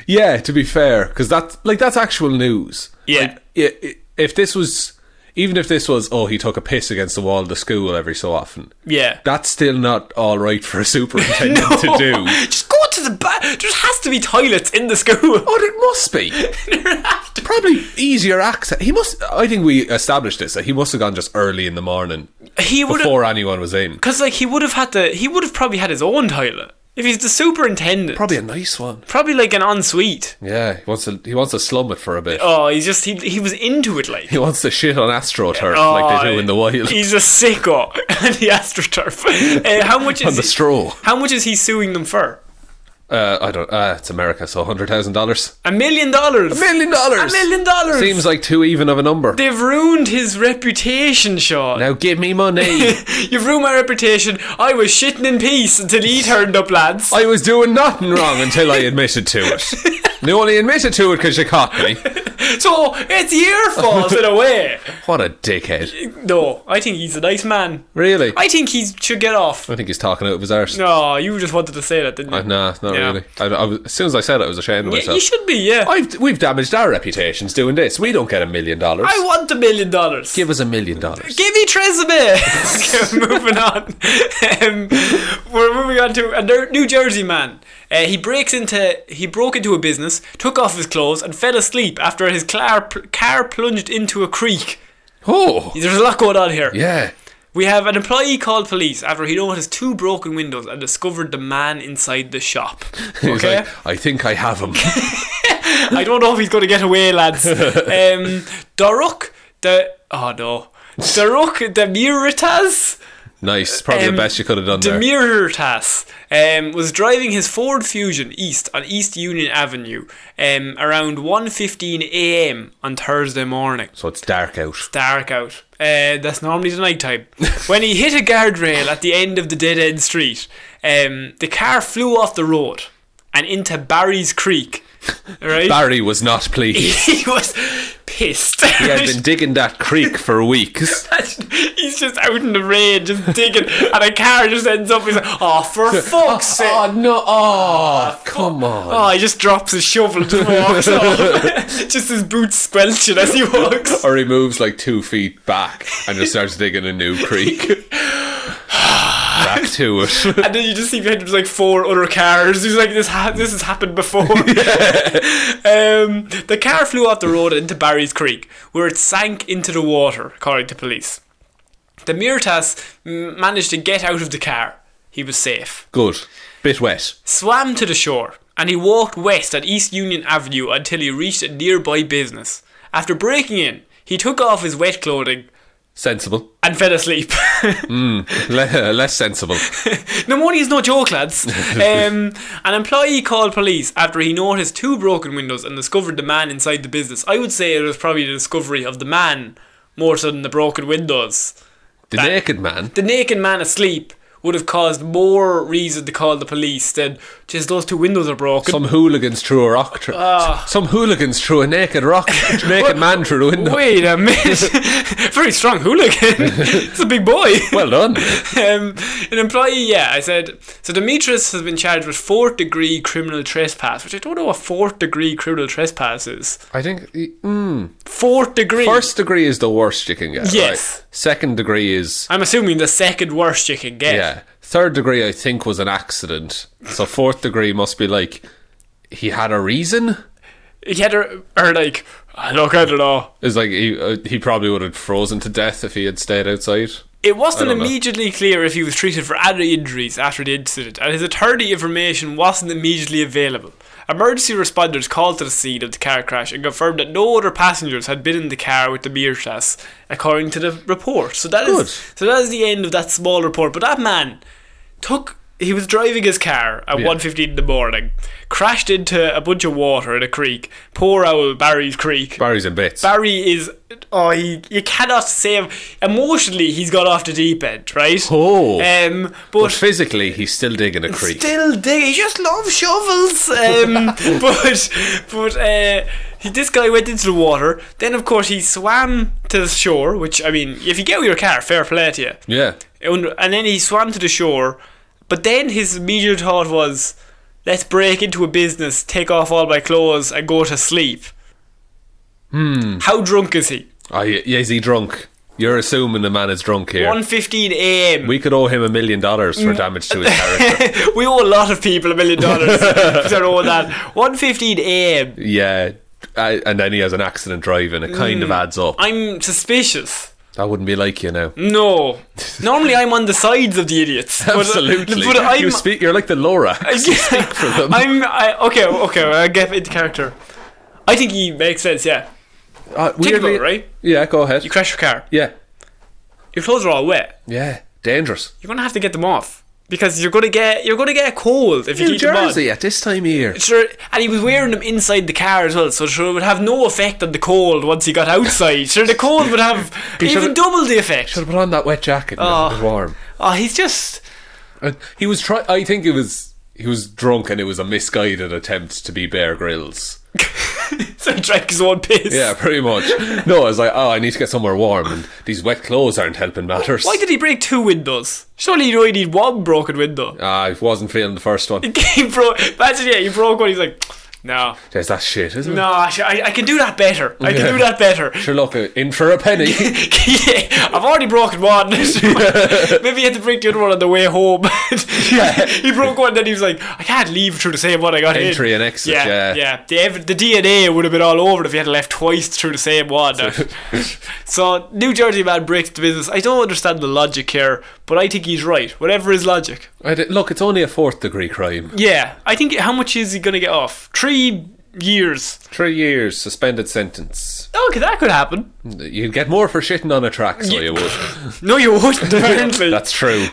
Speaker 2: Yeah, to be fair, because that's like that's actual news.
Speaker 1: Yeah.
Speaker 2: Like, i- i- if this was, even if this was, oh, he took a piss against the wall of the school every so often.
Speaker 1: Yeah.
Speaker 2: That's still not all right for a [laughs] superintendent to do.
Speaker 1: [laughs] Just go to the back. There has to be toilets in the school. [laughs]
Speaker 2: But it must be. Probably easier access. He must. I think we established this. That he must have gone just early in the morning
Speaker 1: He would have,
Speaker 2: before anyone was in.
Speaker 1: because like he would have had to, he would have probably had his own toilet if he's the superintendent.
Speaker 2: Probably a nice one.
Speaker 1: probably like an ensuite.
Speaker 2: Yeah, he wants to. He wants to slum it for a bit.
Speaker 1: Oh, he's just he, he was into it like.
Speaker 2: He wants to shit on astroturf
Speaker 1: Oh,
Speaker 2: like they do in the [laughs] wild
Speaker 1: He's a sicko [laughs] and the astroturf. Uh, how much is
Speaker 2: [laughs] on the
Speaker 1: he-
Speaker 2: straw.
Speaker 1: how much is he suing them for?
Speaker 2: Uh, I don't. Uh, it's America, so hundred thousand dollars.
Speaker 1: A million dollars.
Speaker 2: Million
Speaker 1: A
Speaker 2: dollars.
Speaker 1: million dollars.
Speaker 2: Seems like too even of a number.
Speaker 1: They've ruined his reputation, Sean.
Speaker 2: Now give me money.
Speaker 1: [laughs] You've ruined my reputation. I was shitting in peace until he turned up, lads.
Speaker 2: [laughs] I was doing nothing wrong until I admitted to [laughs] it. And You only admitted to it because you caught me.
Speaker 1: so it's your fault in a way.
Speaker 2: What a dickhead.
Speaker 1: No, I think he's a nice man.
Speaker 2: Really?
Speaker 1: I think he should get off.
Speaker 2: I think he's talking out of his arse.
Speaker 1: No, you just wanted to say that, didn't you?
Speaker 2: Uh, Nah, not
Speaker 1: Yeah.
Speaker 2: really. I, I was, as soon as I said it, I was ashamed of
Speaker 1: Y-
Speaker 2: myself.
Speaker 1: you should be, yeah. I,
Speaker 2: I've, we've damaged our reputations doing this. We don't get a million dollars.
Speaker 1: want a million dollars.
Speaker 2: Give us a million dollars.
Speaker 1: Give me
Speaker 2: [laughs]
Speaker 1: Tresemme. okay, moving on. Um, we're moving on to a Ner- New Jersey man. Uh, he breaks into he broke into a business, took off his clothes, and fell asleep after his car, car plunged into a creek.
Speaker 2: Oh,
Speaker 1: There's a lot going on here.
Speaker 2: yeah. [laughs]
Speaker 1: We have an employee called police after he noticed two broken windows and discovered the man inside the shop.
Speaker 2: [laughs] He's
Speaker 1: Okay.
Speaker 2: like, I think I have him.
Speaker 1: I don't know if he's going to get away,
Speaker 2: [laughs]
Speaker 1: lads. Um, Daruk, the oh no, Daruk Demiritas.
Speaker 2: nice. Probably
Speaker 1: Um,
Speaker 2: the best you could have done there.
Speaker 1: Demiritas um, was driving his Ford Fusion east on East Union Avenue um, around 1.15 a.m. on Thursday morning.
Speaker 2: so it's dark out.
Speaker 1: Dark out. Uh, that's normally the night
Speaker 2: [laughs]
Speaker 1: time. when he hit a guardrail at the end of the dead end street, um, the car flew off the road and into Barry's
Speaker 2: [laughs]
Speaker 1: Creek. Right?
Speaker 2: Barry was not pleased.
Speaker 1: [laughs] he was pissed.
Speaker 2: He had been digging that creek for [laughs] weeks.
Speaker 1: [laughs] He's just out in the rain, just digging, and a car just ends up. He's like, "Oh,
Speaker 2: [laughs]
Speaker 1: for fuck's sake!"
Speaker 2: Oh, no. Oh, come on.
Speaker 1: Oh, he just drops his shovel and just walks off. [laughs] just his boots squelching as he walks.
Speaker 2: Or he moves like two feet back and just starts digging a new creek. back to it. [laughs]
Speaker 1: And then you just see behind him there's like four other cars. He's like, this ha- this has happened before. [laughs] um, the car flew off the road into Barry's Creek, where it sank into the water, according to police. The Mirtas m- managed to get out of the car. He was safe.
Speaker 2: Good. Bit wet.
Speaker 1: Swam to the shore, and he walked west at East Union Avenue until he reached a nearby business. After breaking in, he took off his wet clothing
Speaker 2: Sensible.
Speaker 1: and fell asleep. [laughs]
Speaker 2: Le- uh, less sensible.
Speaker 1: no money is no joke,
Speaker 2: [laughs]
Speaker 1: lads. Um, an employee called police after he noticed two broken windows and discovered the man inside the business. I would say it was probably the discovery of the man more so than the broken windows.
Speaker 2: The naked man.
Speaker 1: The naked man asleep would have caused more reason to call the police than just those two windows are broken.
Speaker 2: Some hooligans threw a rock. Tr- some hooligans threw a naked rock. naked man through the window.
Speaker 1: Wait a minute. [laughs] Very strong
Speaker 2: [laughs]
Speaker 1: hooligan. it's a big boy.
Speaker 2: Well done.
Speaker 1: um, an employee, yeah, I said. So Demetrius has been charged with fourth degree criminal trespass, which I don't know what fourth degree criminal trespass is.
Speaker 2: I think mm,
Speaker 1: Fourth degree.
Speaker 2: first degree is the worst you can get.
Speaker 1: Yes.
Speaker 2: right? Second degree is
Speaker 1: I'm assuming the second worst you can get.
Speaker 2: yeah. Third degree I think was an accident. So fourth degree must be like he had a reason.
Speaker 1: He had her, or like, "Ah, look, I don't know.
Speaker 2: It's like he uh, he probably would have frozen to death if he had stayed outside.
Speaker 1: It wasn't
Speaker 2: don't know.
Speaker 1: immediately clear if he was treated for other injuries after the incident, and his authority information wasn't immediately available. Emergency responders called to the scene of the car crash and confirmed that no other passengers had been in the car with the Mearshas, according to the report. So that is
Speaker 2: Good.
Speaker 1: so that is the end of that small report. But that man took he was driving his car at
Speaker 2: Yeah.
Speaker 1: 1.15 in the morning, crashed into a bunch of water in a creek. Poor old Barry's Creek.
Speaker 2: Barry's in bits.
Speaker 1: Barry is oh he you cannot save emotionally he's got off the deep end right
Speaker 2: Oh.
Speaker 1: um
Speaker 2: but
Speaker 1: but
Speaker 2: physically, he's still digging a creek.
Speaker 1: still dig he just loves shovels um but but uh he- this guy went into the water then of course he swam to the shore which I mean if you get with your car fair play to you
Speaker 2: yeah.
Speaker 1: and and then he swam to the shore. But then his immediate thought was, let's break into a business, take off all my clothes, and go to sleep. Hmm. How drunk is he?
Speaker 2: Oh, yeah, yeah, is he drunk? You're assuming the man is drunk here.
Speaker 1: 1.15 a.m. [laughs] We-,
Speaker 2: we could owe him a million dollars
Speaker 1: Mm.
Speaker 2: for damage to his
Speaker 1: [laughs]
Speaker 2: character.
Speaker 1: owe a lot of people a million
Speaker 2: [laughs]
Speaker 1: dollars for all that. 1.15 a.m.
Speaker 2: yeah. I, and then he has an accident driving. It kind
Speaker 1: Mm.
Speaker 2: of adds up.
Speaker 1: I'm suspicious.
Speaker 2: That wouldn't be like you now.
Speaker 1: No. Normally I'm on the sides of the idiots. but- uh,
Speaker 2: Absolutely.
Speaker 1: But, I'm, [laughs]
Speaker 2: you speak, you're like the Laura. for them.
Speaker 1: I'm I, okay, okay, I'll get into character. I think he makes sense, yeah.
Speaker 2: Uh,
Speaker 1: Think about
Speaker 2: weirdly-
Speaker 1: it, right?
Speaker 2: Yeah, go ahead.
Speaker 1: You crash your car.
Speaker 2: yeah.
Speaker 1: Your clothes are all wet.
Speaker 2: Yeah. Dangerous.
Speaker 1: You're gonna have to get them off because you're gonna get you're gonna get a cold if you
Speaker 2: New
Speaker 1: keep them on.
Speaker 2: Jersey at this time of year.
Speaker 1: Sure, and he was wearing them inside the car as well, so sure it would have no effect on the cold once he got outside. Sure, the cold would have even
Speaker 2: should've-
Speaker 1: double the effect.
Speaker 2: Should have put on that wet jacket. when
Speaker 1: Oh.
Speaker 2: It was warm.
Speaker 1: Oh, he's just [laughs]
Speaker 2: And he was try. I think it was he was drunk, and it was a misguided attempt to be Bear Grylls.
Speaker 1: so he drank his own piss.
Speaker 2: Yeah, [laughs] pretty much. No, I was like, oh, I need to get somewhere warm, and these wet clothes aren't helping matters.
Speaker 1: Why did he break two windows? Surely you only need one broken window. [laughs]
Speaker 2: Ah, I wasn't feeling the first one.
Speaker 1: he broke. Imagine, yeah, he broke one. He's like, no,
Speaker 2: There's that shit, isn't
Speaker 1: no, I, I can do that better. I can
Speaker 2: Yeah.
Speaker 1: do that better.
Speaker 2: it? Sure, look, uh, in for a penny. [laughs]
Speaker 1: yeah, I've already broken one. [laughs] Maybe he had to break the other one on the way home. [laughs]
Speaker 2: Yeah.
Speaker 1: he broke one, then he was like, I can't leave through the same one I got in.
Speaker 2: Entry and exit,
Speaker 1: yeah.
Speaker 2: yeah.
Speaker 1: The, ev- the DNA would have been all over if he had left twice through the same
Speaker 2: [laughs]
Speaker 1: one. so, New Jersey man breaks the business. I don't understand the logic here, but I think he's right. Whatever his logic.
Speaker 2: I did- look, it's only a fourth degree crime.
Speaker 1: Yeah, I think how much is he going to get off? Three years.
Speaker 2: Three years suspended sentence.
Speaker 1: Okay, that could happen.
Speaker 2: You'd get more for shitting on a track, so you would.
Speaker 1: [laughs] No, you wouldn't,
Speaker 2: [laughs]
Speaker 1: apparently.
Speaker 2: That's true.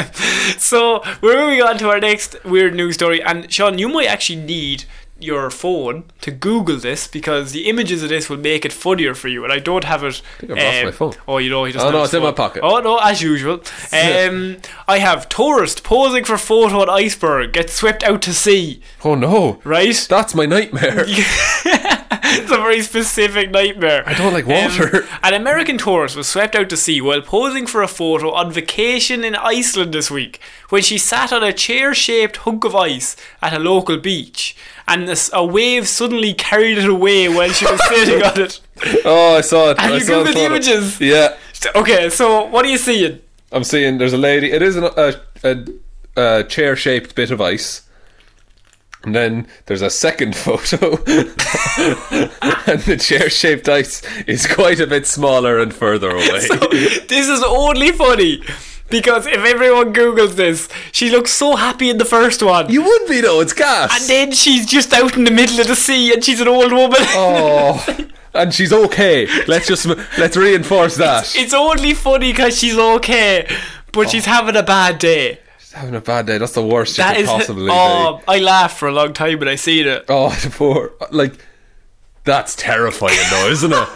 Speaker 1: [laughs] so we're moving on to our next weird news story, and Sean, you might actually need your phone to Google this because the images of this will make it funnier for you. And I don't have it. I
Speaker 2: think I've lost my phone.
Speaker 1: Oh, you know, he doesn't.
Speaker 2: Oh,
Speaker 1: have
Speaker 2: no,
Speaker 1: his
Speaker 2: it's in my
Speaker 1: phone.
Speaker 2: pocket.
Speaker 1: Oh no, as
Speaker 2: [laughs]
Speaker 1: usual. Um, I have tourist posing for photo on iceberg gets swept out to sea.
Speaker 2: Oh no.
Speaker 1: Right.
Speaker 2: That's my nightmare.
Speaker 1: [laughs] it's a very specific nightmare. I
Speaker 2: don't like water.
Speaker 1: [laughs] an American tourist was swept out to sea while posing for a photo on vacation in Iceland this week when she sat on a chair shaped hunk of ice at a local beach and this, a wave suddenly carried it away while she
Speaker 2: [laughs]
Speaker 1: was sitting on it.
Speaker 2: Oh, I saw it.
Speaker 1: Have
Speaker 2: I
Speaker 1: you
Speaker 2: saw
Speaker 1: googled the
Speaker 2: photo.
Speaker 1: images?
Speaker 2: Yeah,
Speaker 1: Okay, so what are you seeing?
Speaker 2: I'm seeing there's a lady. It is an, a, a, a chair shaped bit of ice. And then there's a second [laughs] photo. and the chair shaped ice is quite a bit smaller and
Speaker 1: [laughs]
Speaker 2: further away.
Speaker 1: this is only funny because if everyone Googles this, she looks so happy in the first one.
Speaker 2: you would be, though, it's gas.
Speaker 1: and then she's just out in the middle of the sea and she's an old woman.
Speaker 2: [laughs]
Speaker 1: [laughs]
Speaker 2: oh. And she's okay. Let's just let's reinforce that.
Speaker 1: It's only funny because she's okay, but she's having a bad day.
Speaker 2: She's having a bad day. That's the worst
Speaker 1: That
Speaker 2: she Oh. could
Speaker 1: is.
Speaker 2: possibly be.
Speaker 1: oh, I laughed for a long time when I seen it.
Speaker 2: Oh, [laughs] the poor. Like, that's terrifying, though, isn't
Speaker 1: [laughs]
Speaker 2: it?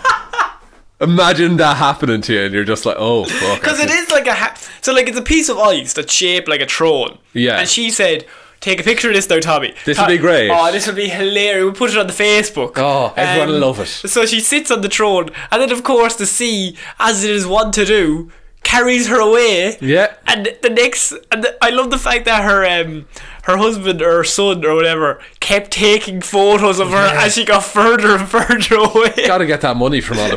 Speaker 2: Imagine that happening to you, and you're just like, "Oh, fuck!"
Speaker 1: Because it is like a ha- so like it's a piece of ice that's shaped like a throne.
Speaker 2: Yeah.
Speaker 1: And she said. Take a picture of this now, Tommy.
Speaker 2: This would be great.
Speaker 1: Oh, this would be hilarious. We'll put it on the Facebook. Um,
Speaker 2: Oh, everyone will love it.
Speaker 1: So she sits on the throne, and then, of course, the sea, as it is wont to do, carries her away.
Speaker 2: Yeah.
Speaker 1: And the next, and the, I love the fact that her um her husband or her son or whatever kept taking photos of her as she got further and further [laughs] away.
Speaker 2: Gotta get that money from all the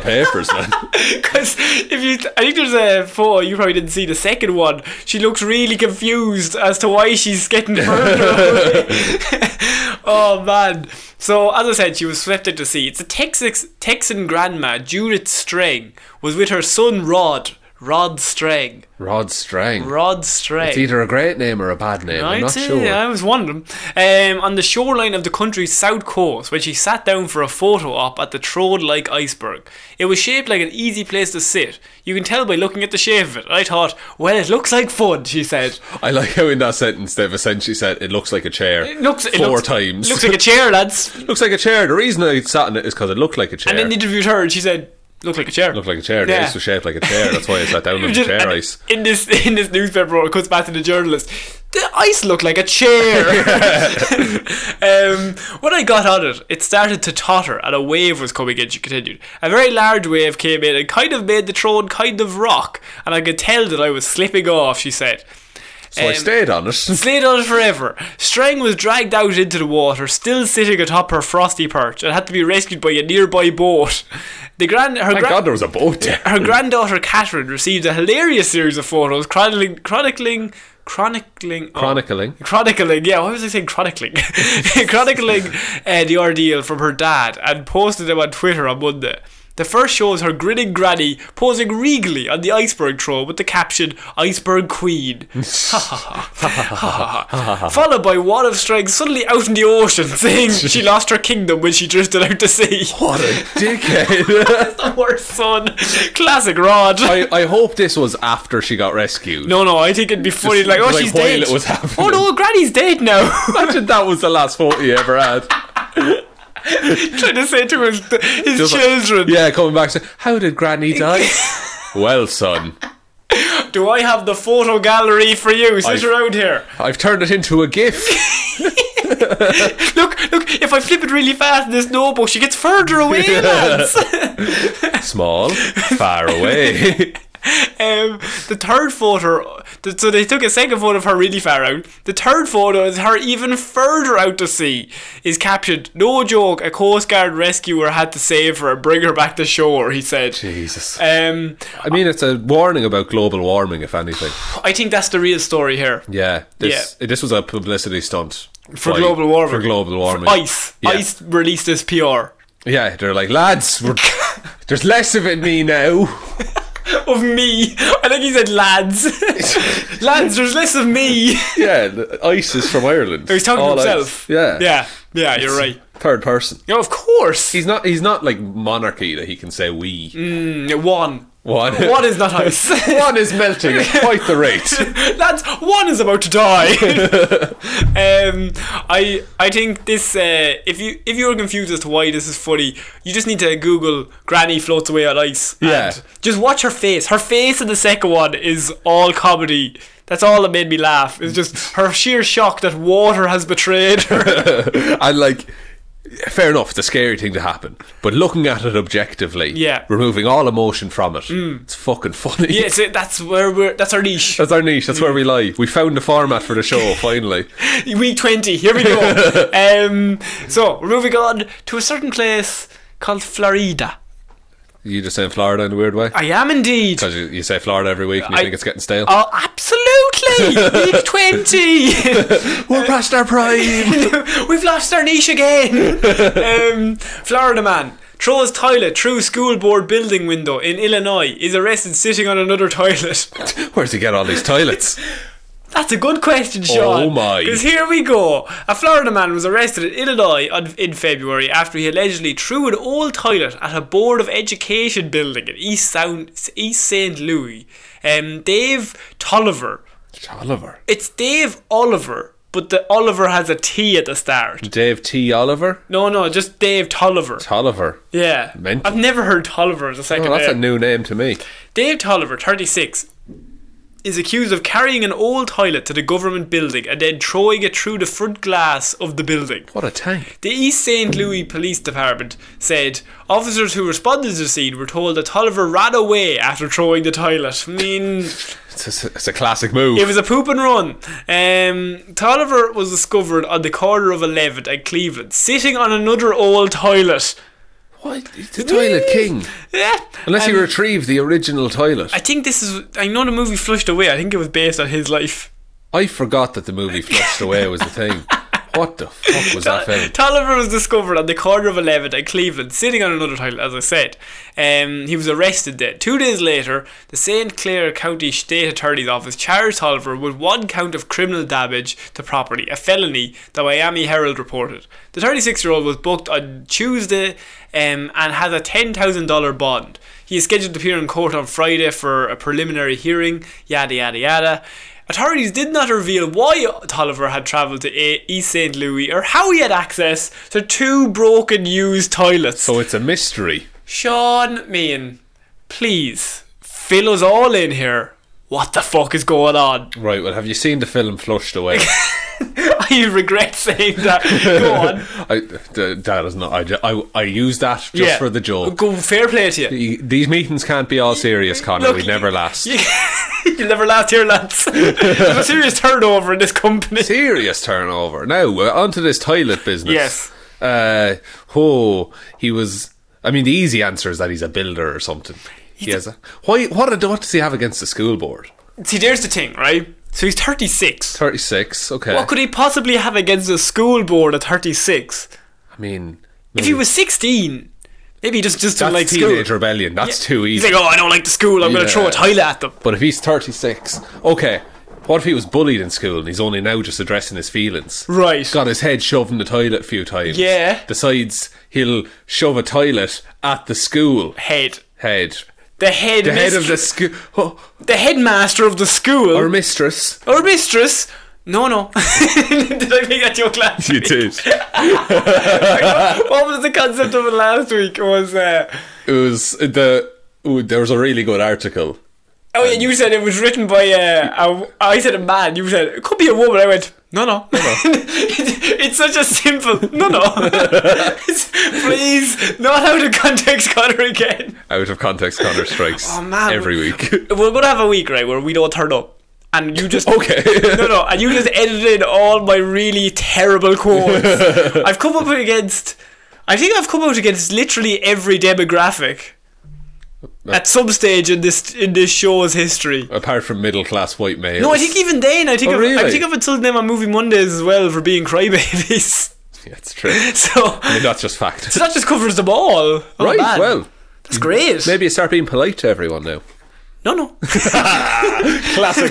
Speaker 1: [laughs]
Speaker 2: papers, man.
Speaker 1: Because if you, I think there's a photo you probably didn't see the second one. She looks really confused as to why she's getting further away. [laughs] oh man! So as I said, she was swept into sea. It's a Texas Texan grandma, Judith String, was with her son Rod. Rod Strang.
Speaker 2: Rod Strang.
Speaker 1: Rod Strang.
Speaker 2: It's either a great name or a bad name. I'm
Speaker 1: I'd
Speaker 2: not
Speaker 1: say-
Speaker 2: sure.
Speaker 1: I was wondering. Um, on the shoreline of the country's south coast, when she sat down for a photo op at the Troad like iceberg. It was shaped like an easy place to sit. You can tell by looking at the shape of it. I thought, well, it looks like fun, she said.
Speaker 2: I like how in that sentence they've essentially said it looks like a chair.
Speaker 1: It looks, it
Speaker 2: four
Speaker 1: looks,
Speaker 2: times.
Speaker 1: Looks like a chair,
Speaker 2: [laughs]
Speaker 1: lads.
Speaker 2: looks like a chair. The reason I sat in it is because it looked like a chair.
Speaker 1: And then they interviewed her and she said, looked like a chair.
Speaker 2: looked like a chair. The
Speaker 1: Yeah.
Speaker 2: ice was shaped like a chair. That's why I sat
Speaker 1: [laughs]
Speaker 2: down on the
Speaker 1: Just-
Speaker 2: chair
Speaker 1: and
Speaker 2: ice.
Speaker 1: In this [laughs] in this newspaper, report, it cuts back to the journalist. The ice looked like a
Speaker 2: [laughs]
Speaker 1: chair. um, when I got on it, it started to totter, and a wave was coming in. She continued, "A very large wave came in and kind of made the throne kind of rock, and I could tell that I was slipping off." She said.
Speaker 2: So I
Speaker 1: um,
Speaker 2: stayed on it. [laughs]
Speaker 1: Slayed on it forever. Strang was dragged out into the water, still sitting atop her frosty perch, and had to be rescued by a nearby boat. The grand, her
Speaker 2: Thank
Speaker 1: gran-
Speaker 2: God there was a boat there.
Speaker 1: [laughs] her granddaughter Catherine received a hilarious series of photos chronicling chronicling chronicling oh,
Speaker 2: Chronicling. [laughs]
Speaker 1: chronicling yeah why was I saying chronicling chronicling uh, the ordeal from her dad and posted them on Twitter on Monday. The first shows her grinning granny posing regally on the iceberg throne with the caption "Iceberg
Speaker 2: [laughs]
Speaker 1: Queen," [laughs] followed by one of Strang suddenly out in the ocean [laughs] saying
Speaker 2: [laughs]
Speaker 1: she lost her kingdom when she drifted out to sea.
Speaker 2: What a dickhead.
Speaker 1: [laughs]
Speaker 2: [laughs]
Speaker 1: the worst son, classic Rod.
Speaker 2: I, I hope this was after she got rescued.
Speaker 1: No, no, I think it'd be funny. like, oh,
Speaker 2: like,
Speaker 1: she's
Speaker 2: while
Speaker 1: dead.
Speaker 2: it was happening.
Speaker 1: Oh
Speaker 2: [laughs]
Speaker 1: no, Granny's dead now. [laughs]
Speaker 2: Imagine that was the last photo you ever had.
Speaker 1: Trying to say to his, his
Speaker 2: Just like-
Speaker 1: children,
Speaker 2: Yeah, coming back to how
Speaker 1: [laughs]
Speaker 2: did Granny die? well, son,
Speaker 1: do I have the photo gallery for you? Sit
Speaker 2: I-
Speaker 1: around here.
Speaker 2: I've turned it into a gift.
Speaker 1: [laughs] Look, look. If I flip it really fast in this notebook, she gets
Speaker 2: [laughs]
Speaker 1: further away, lads. [laughs]
Speaker 2: Small, far
Speaker 1: [laughs]
Speaker 2: away.
Speaker 1: Um, the third photo, th- so they took a second photo of her really far out. The third photo is her even further out to sea. Is captioned, "No joke, a Coast Guard rescuer had to save her and bring her back to shore." He said.
Speaker 2: Jesus.
Speaker 1: Um,
Speaker 2: I mean, it's a warning about global warming, if anything.
Speaker 1: I think that's the real story here.
Speaker 2: Yeah, this this was a publicity stunt
Speaker 1: For
Speaker 2: by-
Speaker 1: global warming.
Speaker 2: For global warming,
Speaker 1: Ice.
Speaker 2: Yeah.
Speaker 1: Ice released this PR
Speaker 2: Yeah, they're like lads.
Speaker 1: [laughs]
Speaker 2: We're, there's less of it in me now.
Speaker 1: of me. I think he said
Speaker 2: [laughs]
Speaker 1: lads. lads, there's less of me. He
Speaker 2: Yeah, the- ice is from Ireland.
Speaker 1: was talking
Speaker 2: All
Speaker 1: to
Speaker 2: ice.
Speaker 1: himself.
Speaker 2: Yeah,
Speaker 1: Yeah. Yeah, you're right.
Speaker 2: Third person.
Speaker 1: No, of course.
Speaker 2: He's not. He's not like monarchy that he can say we.
Speaker 1: Mm, one.
Speaker 2: One.
Speaker 1: One is not ice.
Speaker 2: [laughs] One is
Speaker 1: [laughs]
Speaker 2: melting at quite the rate.
Speaker 1: lads, one is about to die. [laughs] um, I I think this. Uh, if you if you're confused as to why this is funny, you just need to Google "Granny floats away on ice." and
Speaker 2: Yeah.
Speaker 1: just watch her face. Her face in the second one is all comedy. That's all that made me laugh. It's just her sheer shock that water has betrayed her.
Speaker 2: and like fair enough it's a scary thing to happen but looking at it objectively
Speaker 1: Yeah. Mm.
Speaker 2: removing all emotion from it it's fucking funny
Speaker 1: yeah, Mm. so that's where we're. That's our niche.
Speaker 2: [laughs] that's our niche that's where we lie we found the format for the show finally
Speaker 1: [laughs] Week 20, here we [laughs] go. um, so, we're moving on to a certain place called Florida.
Speaker 2: you just saying Florida in a weird way
Speaker 1: I am indeed.
Speaker 2: because you, you say Florida every week and you
Speaker 1: I-
Speaker 2: think it's getting stale
Speaker 1: Oh, absolutely!
Speaker 2: [laughs]
Speaker 1: Week 20!
Speaker 2: we're past our prime
Speaker 1: [laughs] We've lost our niche again! Um, Florida man throws toilet through school board building window in Illinois, is arrested sitting on another toilet. [laughs]
Speaker 2: where's he get all these toilets
Speaker 1: That's a good question, Sean.
Speaker 2: Oh my.
Speaker 1: Because here we go. A Florida man was arrested in Illinois on, in February after he allegedly threw an old toilet at a Board of Education building in East, Sound, East St. Louis. Um, Dave Tolliver.
Speaker 2: Oliver
Speaker 1: It's Dave Oliver, but the Oliver has a T at the start.
Speaker 2: Dave T Oliver
Speaker 1: No, no, just Dave Tolliver.
Speaker 2: Oliver
Speaker 1: Yeah.
Speaker 2: Mental.
Speaker 1: I've never heard Tolliver as a second
Speaker 2: oh, that's a
Speaker 1: name.
Speaker 2: new name to me
Speaker 1: Dave Tolliver, 36, is accused of carrying an old toilet to the government building and then throwing it through the front glass of the building.
Speaker 2: what a tank
Speaker 1: The East St. Louis Police Department said officers who responded to the scene were told that Tolliver ran away after throwing the toilet. I mean.
Speaker 2: it's a, it's a classic move
Speaker 1: It was a poop and run. Um, Tolliver was discovered on the corner of 11th and Cleveland, sitting on another old toilet.
Speaker 2: what he's a toilet king
Speaker 1: Yeah.
Speaker 2: unless you
Speaker 1: Um,
Speaker 2: retrieve the original toilet
Speaker 1: I think this is. I know the movie Flushed Away. I think it was based on his life.
Speaker 2: I forgot that the movie Flushed Away was a thing. What the fuck was that film?
Speaker 1: Tolliver was discovered on the corner of 11th and Cleveland, sitting on another title, as I said. Um, he was arrested there. Two days later, the St. Clair County State Attorney's Office charged Tolliver with one count of criminal damage to property, a felony, the Miami Herald reported. The 36 year old was booked on Tuesday um, and has a $10,000 bond. He is scheduled to appear in court on Friday for a preliminary hearing, yada yada yada. Authorities did not reveal why Tolliver had travelled to A- East St. Louis or how he had access to two broken used toilets.
Speaker 2: So it's a mystery.
Speaker 1: Sean Meehan, please fill us all in here. What the fuck is going on? [laughs]
Speaker 2: Right, well, have you seen the film Flushed Away?
Speaker 1: I regret saying that. [laughs] Go on.
Speaker 2: I, th- that is not. I, ju- I, I use that [laughs] just
Speaker 1: Yeah.
Speaker 2: for the joke.
Speaker 1: Go, fair play to you.
Speaker 2: Y- These meetings can't be all serious, Connor.
Speaker 1: Look,
Speaker 2: we
Speaker 1: [laughs]
Speaker 2: never last.
Speaker 1: You'll never laugh here, lads. [laughs] There's a serious turnover in this company.
Speaker 2: serious turnover. Now uh, onto this toilet business.
Speaker 1: Yes.
Speaker 2: Uh, oh, he was. I mean, the easy answer is that he's a builder or something. He has a, why? What, a, what does he have against the school board?
Speaker 1: See, there's the thing, right? So he's 36.
Speaker 2: Thirty six. Okay.
Speaker 1: What could he possibly have against a school board at 36?
Speaker 2: I mean,
Speaker 1: If he was 16, maybe he just, just
Speaker 2: Hmm. that's
Speaker 1: didn't like school.
Speaker 2: teenage rebellion. That's too
Speaker 1: He's
Speaker 2: easy.
Speaker 1: like, oh, I don't like the school, I'm going to
Speaker 2: Yeah.
Speaker 1: throw a toilet at them.
Speaker 2: but if he's thirty six, okay. What if he was bullied in school and he's only now just addressing his feelings?
Speaker 1: Right.
Speaker 2: Got his head shoved in the toilet a few times.
Speaker 1: Yeah.
Speaker 2: Besides, he'll shove a toilet at the school
Speaker 1: Head.
Speaker 2: head.
Speaker 1: The head,
Speaker 2: The head of the
Speaker 1: mistress-
Speaker 2: school.
Speaker 1: the headmaster of the school
Speaker 2: Or
Speaker 1: or,
Speaker 2: mistress.
Speaker 1: mistress. No, no. [laughs] did I make that joke last week?
Speaker 2: did.
Speaker 1: [laughs] What was the concept of it last week? Was uh,
Speaker 2: It was the. Ooh, there was a really good article.
Speaker 1: oh yeah, you said it was written by uh, a, I said a man. You said it could be a woman. I went no, no. It- [laughs] it's such a simple no, [laughs] no. It's- Please, not out of context, Connor again.
Speaker 2: Out of context, Connor strikes
Speaker 1: Oh, man.
Speaker 2: every week.
Speaker 1: [laughs]
Speaker 2: [laughs]
Speaker 1: We're gonna have a week right where we don't turn up, and you just
Speaker 2: okay.
Speaker 1: [laughs] No, no, and you just edited all my really terrible [laughs] quotes. I've come up against. I think I've come out against literally every demographic. At some stage in this in this show's history.
Speaker 2: Apart from middle class white males.
Speaker 1: No, I think even then, I think
Speaker 2: Oh,
Speaker 1: I've, I
Speaker 2: really?
Speaker 1: think I've insulted them on Movie Mondays as well for being crybabies. [laughs]
Speaker 2: Yeah, it's true.
Speaker 1: So,
Speaker 2: I mean, that's just fact.
Speaker 1: so that just covers them all. Oh,
Speaker 2: right,
Speaker 1: man.
Speaker 2: well,
Speaker 1: that's great.
Speaker 2: maybe you start being polite to everyone now.
Speaker 1: No, no.
Speaker 2: Classic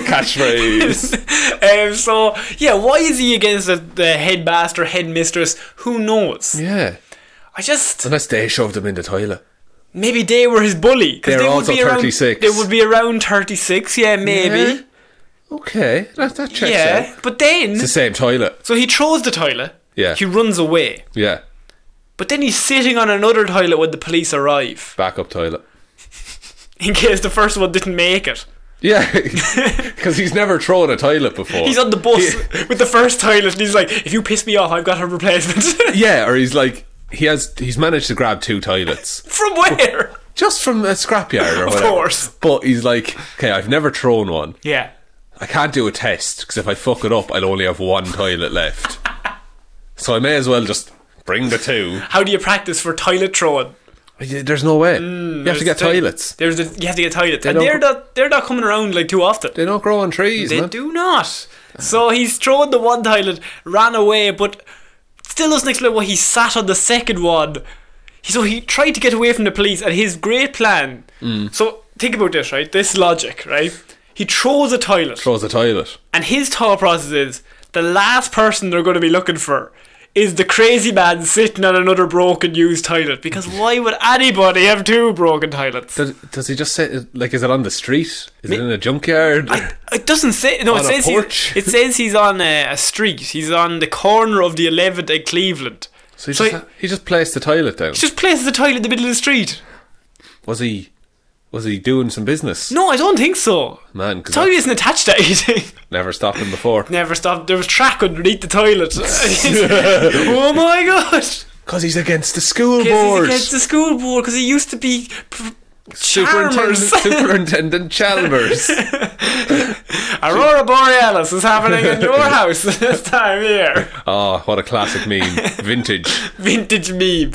Speaker 1: [laughs]
Speaker 2: catchphrase.
Speaker 1: um, so yeah, why is he against the, the headmaster, headmistress? Who knows?
Speaker 2: yeah.
Speaker 1: I just
Speaker 2: Unless they shoved him in the toilet.
Speaker 1: Maybe they were his bully. 'cause
Speaker 2: They're
Speaker 1: they would
Speaker 2: also
Speaker 1: be around-
Speaker 2: 36.
Speaker 1: They would be around 36, yeah, maybe.
Speaker 2: Okay, that, that checks
Speaker 1: Yeah.
Speaker 2: out.
Speaker 1: But then,
Speaker 2: It's the same toilet.
Speaker 1: so he throws the toilet.
Speaker 2: Yeah.
Speaker 1: He runs away.
Speaker 2: Yeah.
Speaker 1: But then he's sitting on another toilet when the police arrive,
Speaker 2: Backup toilet.
Speaker 1: in case the first one didn't make it.
Speaker 2: Yeah, [laughs] because he's never thrown a toilet before.
Speaker 1: He's on the bus [laughs] with the first toilet, and he's like, if you piss me off, I've got a replacement. [laughs]
Speaker 2: Yeah, or he's like he has he's managed to grab two [laughs] toilets
Speaker 1: From where?
Speaker 2: just from a scrapyard or
Speaker 1: Of
Speaker 2: whatever.
Speaker 1: course.
Speaker 2: But he's like, okay, I've never thrown one.
Speaker 1: Yeah.
Speaker 2: I can't do a test because if I fuck it up, I'll only have one toilet [laughs] left. So I may as well just bring the two.
Speaker 1: How do you practice for toilet throwing?
Speaker 2: There's no way. you have to get
Speaker 1: Mm, There's the-
Speaker 2: toilets.
Speaker 1: There's the, you have to get toilets, and
Speaker 2: don't-
Speaker 1: they're not they're not coming around like too often.
Speaker 2: They don't grow on trees,
Speaker 1: They
Speaker 2: man.
Speaker 1: do not. So he's thrown the one toilet, ran away, but still doesn't explain why he sat on the second one. He- So he tried to get away from the police, and his great plan.
Speaker 2: Mm.
Speaker 1: So think about this, right? This logic, right? He throws a toilet,
Speaker 2: Throws a toilet.
Speaker 1: and his thought process is the last person they're going to be looking for is the crazy man sitting on another broken used toilet.
Speaker 2: [laughs]
Speaker 1: Because why would anybody have two broken toilets?
Speaker 2: Does, does he just say like? Is it on the street? Is it in a junkyard?
Speaker 1: It doesn't say. No, it
Speaker 2: On a
Speaker 1: says,
Speaker 2: porch?
Speaker 1: he's, it says he's on a, a street. He's on the corner of the 11th at Cleveland.
Speaker 2: so he
Speaker 1: so
Speaker 2: just,
Speaker 1: he-
Speaker 2: he just placed the toilet down.
Speaker 1: He just places the toilet in the middle of the street.
Speaker 2: Was he? Was he doing some business?
Speaker 1: No, I don't think so.
Speaker 2: Man, because
Speaker 1: Toilet isn't attached to anything. [laughs]
Speaker 2: never stopped him before.
Speaker 1: Never stopped. There was track underneath the
Speaker 2: [laughs]
Speaker 1: toilet. [laughs] oh my god!
Speaker 2: Because he's against the school
Speaker 1: Guess he's
Speaker 2: board.
Speaker 1: against the school board because he used to be. p-
Speaker 2: Superintendent,
Speaker 1: Chalmers. [laughs]
Speaker 2: [laughs] Superintendent Chalmers.
Speaker 1: Aurora Borealis is happening in
Speaker 2: [laughs]
Speaker 1: your house [laughs] this time here. [laughs]
Speaker 2: Ah, oh, what a classic meme. Vintage.
Speaker 1: Vintage meme.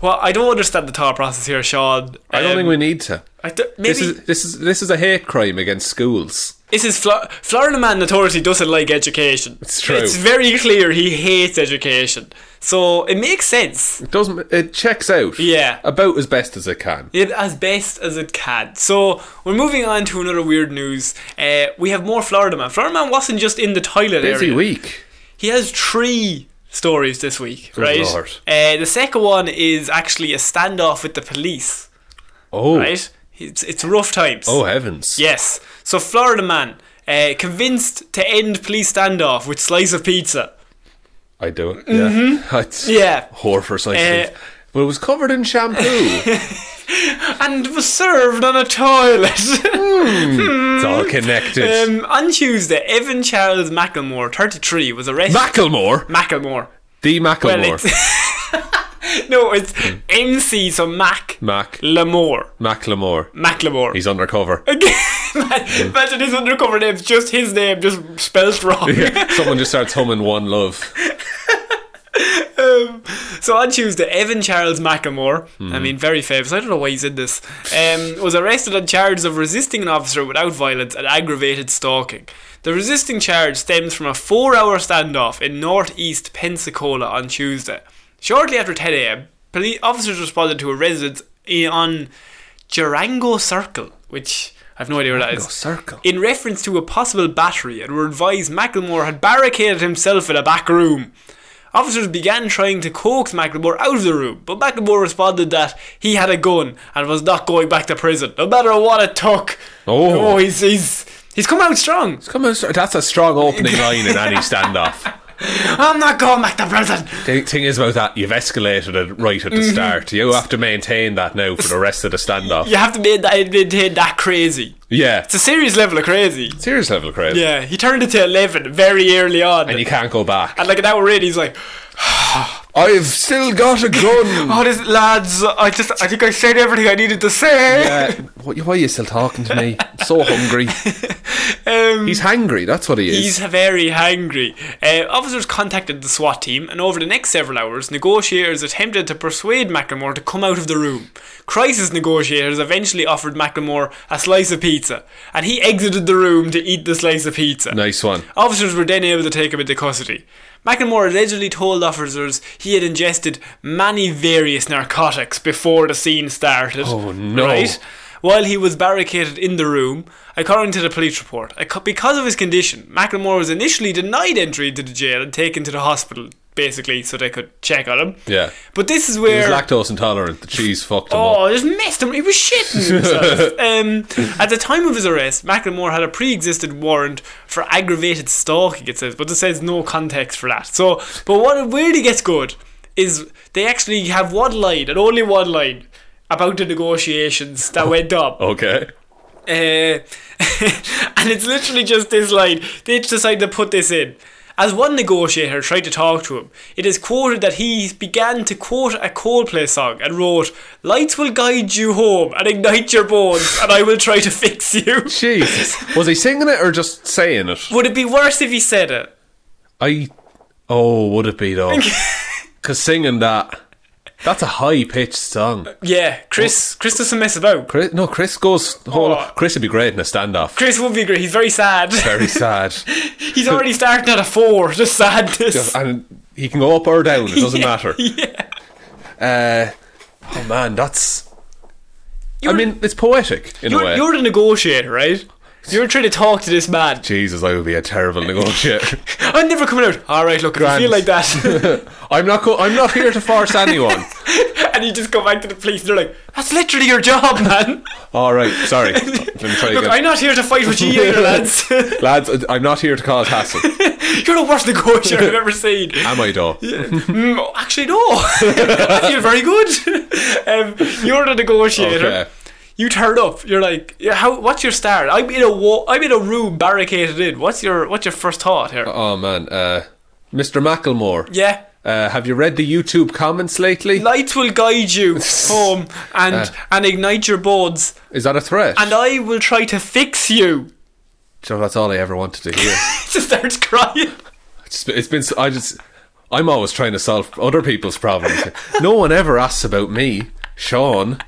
Speaker 1: Well, I don't understand the thought process here, Sean.
Speaker 2: I don't
Speaker 1: Um,
Speaker 2: think we need to.
Speaker 1: I don't- maybe
Speaker 2: This is this is this is a hate crime against schools.
Speaker 1: This is Flo- Florida man notoriously doesn't like education. It's
Speaker 2: true.
Speaker 1: It's very clear he hates education. So it makes sense.
Speaker 2: It doesn't it checks out?
Speaker 1: Yeah.
Speaker 2: about as best as it can.
Speaker 1: It as best as it can. So we're moving on to another weird news. Uh, we have more Florida man. Florida man wasn't just in the toilet
Speaker 2: Busy
Speaker 1: area.
Speaker 2: week.
Speaker 1: He has three stories this week, right?
Speaker 2: Lord.
Speaker 1: Uh, the second one is actually a standoff with the police,
Speaker 2: Oh,
Speaker 1: right? It's, it's rough times.
Speaker 2: oh heavens!
Speaker 1: Yes. So Florida man uh, convinced to end police standoff with slice of pizza.
Speaker 2: I do it. Yeah, [laughs] That's
Speaker 1: Mm-hmm. Yeah.
Speaker 2: horror for
Speaker 1: Uh,
Speaker 2: but it was covered in shampoo.
Speaker 1: [laughs]
Speaker 2: it's
Speaker 1: and was served on a toilet. [laughs]
Speaker 2: all connected.
Speaker 1: um, on Tuesday, Evan Charles Macklemore, 33, was arrested.
Speaker 2: Macklemore,
Speaker 1: Macklemore.
Speaker 2: D
Speaker 1: Well,
Speaker 2: Macklemore,
Speaker 1: it's [laughs] no, it's
Speaker 2: Hmm.
Speaker 1: MC, so Mac
Speaker 2: Mac
Speaker 1: Lamore.
Speaker 2: Macklemore.
Speaker 1: Macklemore. [laughs]
Speaker 2: He's undercover.
Speaker 1: Imagine his undercover name, just his name, just spelled wrong.
Speaker 2: Yeah, Someone just starts humming "One Love."
Speaker 1: [laughs] Um, so on Tuesday, Evan Charles McAmore, I mean, very famous, I don't know why he's in this, um, was arrested on charges of resisting an officer without violence and aggravated stalking. The resisting charge stems from a four hour standoff in northeast Pensacola on Tuesday. Shortly after 10 a.m., police officers responded to a residence i- on Durango Circle, which I have no idea where that is.
Speaker 2: circle.
Speaker 1: In reference to a possible battery, and were advised Macklemore had barricaded himself in a back room. Officers began trying to coax Macklemore out of the room, but Macklemore responded that he had a gun and was not going back to prison, no matter what it took.
Speaker 2: Oh.
Speaker 1: he's he's he's come out strong.
Speaker 2: Come on, sir, that's a
Speaker 1: [laughs]
Speaker 2: strong opening line in any standoff.
Speaker 1: I'm not going back to prison.
Speaker 2: The thing is about that, you've escalated it right at the
Speaker 1: Mm-hmm.
Speaker 2: start. You have to maintain that now for the rest of the standoff.
Speaker 1: You have to make that maintain that crazy.
Speaker 2: Yeah.
Speaker 1: It's a serious level of crazy.
Speaker 2: Serious level crazy.
Speaker 1: Yeah, he turned it to eleven very early on,
Speaker 2: And you can't go back.
Speaker 1: and like an hour in, he's like.
Speaker 2: I've still got a gun.
Speaker 1: [laughs] Oh, this lads! I just, I think I said everything I needed to say.
Speaker 2: uh, why why are you still talking to me? I'm so hungry.
Speaker 1: Um,
Speaker 2: He's hangry. That's what he is.
Speaker 1: He's very hangry. Uh, officers contacted the SWAT team, and over the next several hours, negotiators attempted to persuade Macklemore to come out of the room. Crisis negotiators eventually offered Macklemore a slice of pizza, and he exited the room to eat the slice of pizza.
Speaker 2: nice one.
Speaker 1: Officers were then able to take him into custody. Macklemore allegedly told officers he had ingested many various narcotics before the scene started.
Speaker 2: Oh, no.
Speaker 1: Right? While he was barricaded in the room, according to the police report, ac- because of his condition, Macklemore was initially denied entry into the jail and taken to the hospital, basically, so they could check on him.
Speaker 2: Yeah.
Speaker 1: But this is
Speaker 2: He's
Speaker 1: where
Speaker 2: lactose intolerant. The cheese fucked him up.
Speaker 1: Oh, I just messed him. He was shitting himself. um, at the time of his arrest, Macklemore had a pre-existing warrant for aggravated stalking. It says, but it says no context for that. So, but what where it gets good is they actually have one line and only one line about the negotiations that went up.
Speaker 2: Okay.
Speaker 1: Uh, [laughs] and it's literally just this line. They just decided to put this in. As one negotiator tried to talk to him, it is quoted that he began to quote a Coldplay song and wrote, Lights will guide you home and ignite your bones, and I will try to fix you.
Speaker 2: Jesus. Was he singing it or just saying it?
Speaker 1: Would it be worse if he said it?
Speaker 2: I. Oh, would it be though? Because singing that. That's a high pitched song.
Speaker 1: Yeah, Chris, Chris doesn't mess about.
Speaker 2: Chris, no, Chris goes. Whole,
Speaker 1: Oh.
Speaker 2: Chris would be great in a standoff.
Speaker 1: Chris would be great. He's very sad. [laughs]
Speaker 2: Very sad.
Speaker 1: He's already starting at a four. Just sadness.
Speaker 2: and he can go up or down. It doesn't matter.
Speaker 1: [laughs] yeah.
Speaker 2: Uh, oh man, that's. I
Speaker 1: You're-
Speaker 2: mean, it's poetic in a
Speaker 1: You're,
Speaker 2: way.
Speaker 1: you're the negotiator, right? You're trying to talk to this man.
Speaker 2: Jesus, I would be a terrible negotiator. [laughs]
Speaker 1: [laughs] I'm never coming out. All right, look, if
Speaker 2: Grand.
Speaker 1: you feel like that,
Speaker 2: [laughs]
Speaker 1: [laughs]
Speaker 2: I'm not. Go- I'm not here to force anyone.
Speaker 1: and you just go back to the police, and they're like, "That's literally your job, [laughs] man."
Speaker 2: All right,
Speaker 1: [laughs]
Speaker 2: sorry. Let me try
Speaker 1: look, I'm
Speaker 2: again,
Speaker 1: not here to fight
Speaker 2: [laughs]
Speaker 1: with you either, lads. [laughs] You're
Speaker 2: lads. I- I'm not here to cause hassle.
Speaker 1: the worst negotiator I've ever
Speaker 2: [laughs]
Speaker 1: seen.
Speaker 2: Am
Speaker 1: [laughs]
Speaker 2: I though?
Speaker 1: Mm, oh, actually, no. [laughs] I feel very good. [laughs] Um, you're the negotiator.
Speaker 2: Okay.
Speaker 1: You turn up. You're like, yeah, "How? What's your start?" I'm in a wa- I'm in a room barricaded in. What's your What's your first thought here?
Speaker 2: Oh man, uh, Mr. Macklemore.
Speaker 1: yeah.
Speaker 2: Uh, have you read the YouTube comments lately?
Speaker 1: Lights will guide
Speaker 2: [laughs]
Speaker 1: you home and
Speaker 2: Uh.
Speaker 1: and ignite your bones,
Speaker 2: Is that a threat?
Speaker 1: and I will try to fix you. [laughs]
Speaker 2: So that's all I ever wanted to hear.
Speaker 1: just starts crying.
Speaker 2: It's been, it's been so- I just I'm always trying to solve other people's problems. No one ever asks about me, Sean,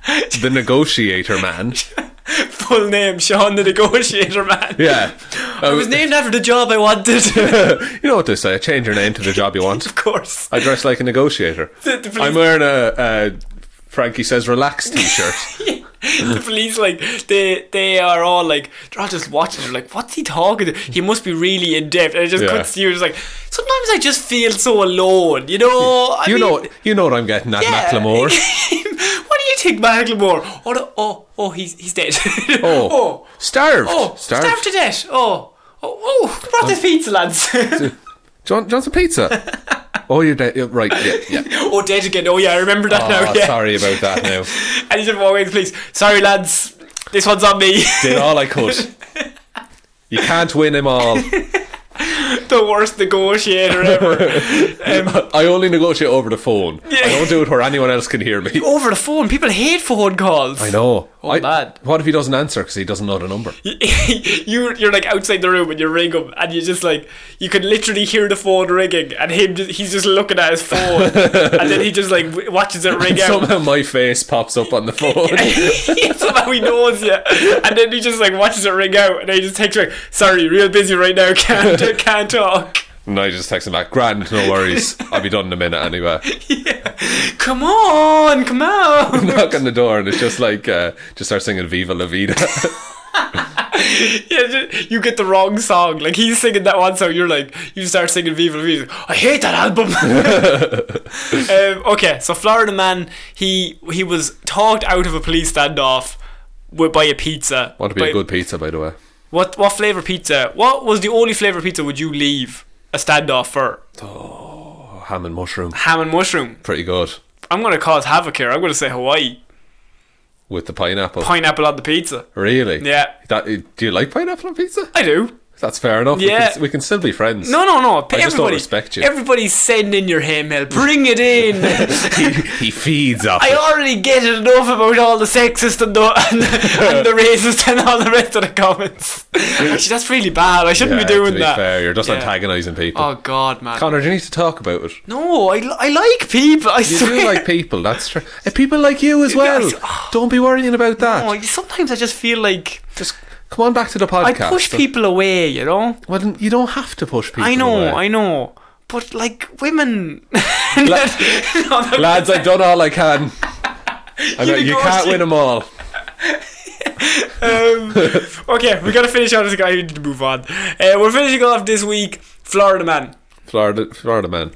Speaker 2: the negotiator
Speaker 1: [laughs]
Speaker 2: man.
Speaker 1: Full name, Sean the Negotiator Man.
Speaker 2: Yeah.
Speaker 1: I
Speaker 2: Oh.
Speaker 1: was named after the job I wanted. [laughs]
Speaker 2: you know what they say? Change your name to the job you want. [laughs]
Speaker 1: of course.
Speaker 2: I dress like a negotiator.
Speaker 1: [laughs] The- the police-
Speaker 2: I'm wearing a, a Frankie says
Speaker 1: [laughs]
Speaker 2: relax t-shirt.
Speaker 1: the police like they they are all like they're all just watching they're like what's he talking to? he must be really in depth and it just
Speaker 2: Yeah.
Speaker 1: cuts to you it's like sometimes I just feel so alone you know I
Speaker 2: you
Speaker 1: mean,
Speaker 2: know, you know what I'm getting at,
Speaker 1: yeah.
Speaker 2: Macklemore.
Speaker 1: [laughs] what do you think Macklemore oh no, oh oh he's he's dead
Speaker 2: Oh,
Speaker 1: [laughs] oh
Speaker 2: starved.
Speaker 1: oh
Speaker 2: starved.
Speaker 1: starved to death oh oh oh who
Speaker 2: Um,
Speaker 1: brought the pizza lads
Speaker 2: [laughs] Do you want, do you want some pizza?
Speaker 1: [laughs]
Speaker 2: oh, you're dead. Yeah, Right. Yeah. yeah.
Speaker 1: oh dead again oh yeah I remember that now
Speaker 2: Oh,
Speaker 1: yeah [laughs]
Speaker 2: sorry about that. Now
Speaker 1: and he said walk away please sorry lads this one's on me [laughs]
Speaker 2: did all I could. You can't win them all.
Speaker 1: the worst negotiator
Speaker 2: [laughs]
Speaker 1: ever um,
Speaker 2: I only negotiate over the phone.
Speaker 1: Yeah. Oh,
Speaker 2: I don't do it where anyone else can hear me.
Speaker 1: over the phone. People hate phone calls.
Speaker 2: I know. I,
Speaker 1: oh, bad.
Speaker 2: What if he doesn't answer because he doesn't know the number?
Speaker 1: [laughs] you you're like outside the room and you ring him and you just like you can literally hear the phone ringing and him just, he's just looking at his
Speaker 2: [laughs]
Speaker 1: phone and then he just like w- watches it ring out. [laughs]
Speaker 2: Somehow my face pops up on the phone.
Speaker 1: Somehow he knows you, and then he just like watches it ring out, and then he just takes like, "Sorry, real busy right now, can't can't talk."
Speaker 2: and I just text him back, Grand,
Speaker 1: [laughs]
Speaker 2: no worries. I'll be done in a minute anyway. [laughs]
Speaker 1: Yeah. Come on, come on. [laughs]
Speaker 2: Knock on the door and it's just like, uh, just start singing Viva La Vida. [laughs]
Speaker 1: Yeah, ju- you get the wrong song. Like he's singing that one song, you're like, you start singing Viva La Vida. I hate that
Speaker 2: [laughs]
Speaker 1: album. [laughs] um, okay, so Florida man, he he was talked out of a police standoff with, by a pizza.
Speaker 2: What would be
Speaker 1: By-
Speaker 2: a good pizza, by the way?
Speaker 1: What what flavor pizza? What was the only flavor pizza would you leave a standoff for?
Speaker 2: Oh, ham and mushroom.
Speaker 1: Ham and mushroom.
Speaker 2: Pretty good.
Speaker 1: I'm gonna cause havoc here. I'm gonna say Hawaii.
Speaker 2: With the pineapple.
Speaker 1: Pineapple on the pizza.
Speaker 2: really?
Speaker 1: Yeah,
Speaker 2: That, uh, do you like pineapple on pizza?
Speaker 1: I do.
Speaker 2: That's fair enough. We
Speaker 1: Yeah.
Speaker 2: can, we can still be friends.
Speaker 1: No, no, no.
Speaker 2: I
Speaker 1: everybody,
Speaker 2: just don't respect you.
Speaker 1: Everybody send in your hate mail. Bring it
Speaker 2: [laughs]
Speaker 1: in.
Speaker 2: he, he feeds off
Speaker 1: I
Speaker 2: it.
Speaker 1: already get it enough about all the sexist and the, and, and the racist and all the rest of the comments. Actually, that's really bad. I shouldn't
Speaker 2: Yeah,
Speaker 1: be doing
Speaker 2: to be
Speaker 1: that.
Speaker 2: fair, you're just
Speaker 1: Yeah.
Speaker 2: antagonising people.
Speaker 1: Oh God, man.
Speaker 2: Connor, do you need to talk about it?
Speaker 1: no, I, li- I like people. I [laughs]
Speaker 2: You do like people, that's true. And people like you as well.
Speaker 1: Yeah, I-
Speaker 2: Don't be worrying about that.
Speaker 1: Oh, sometimes Oh. I just feel like
Speaker 2: Just come on back to the
Speaker 1: I
Speaker 2: podcast.
Speaker 1: push people away. You know.
Speaker 2: Well, then you don't have to push people.
Speaker 1: I know.
Speaker 2: away.
Speaker 1: I know. But like women, [laughs] No, no,
Speaker 2: Lads, I've done all I
Speaker 1: [laughs]
Speaker 2: can. I know, you can't win them all.
Speaker 1: um, [laughs] okay, we gotta finish off this guy. We need to move on. Uh, we're finishing off this week. Florida man.
Speaker 2: Florida, Florida man.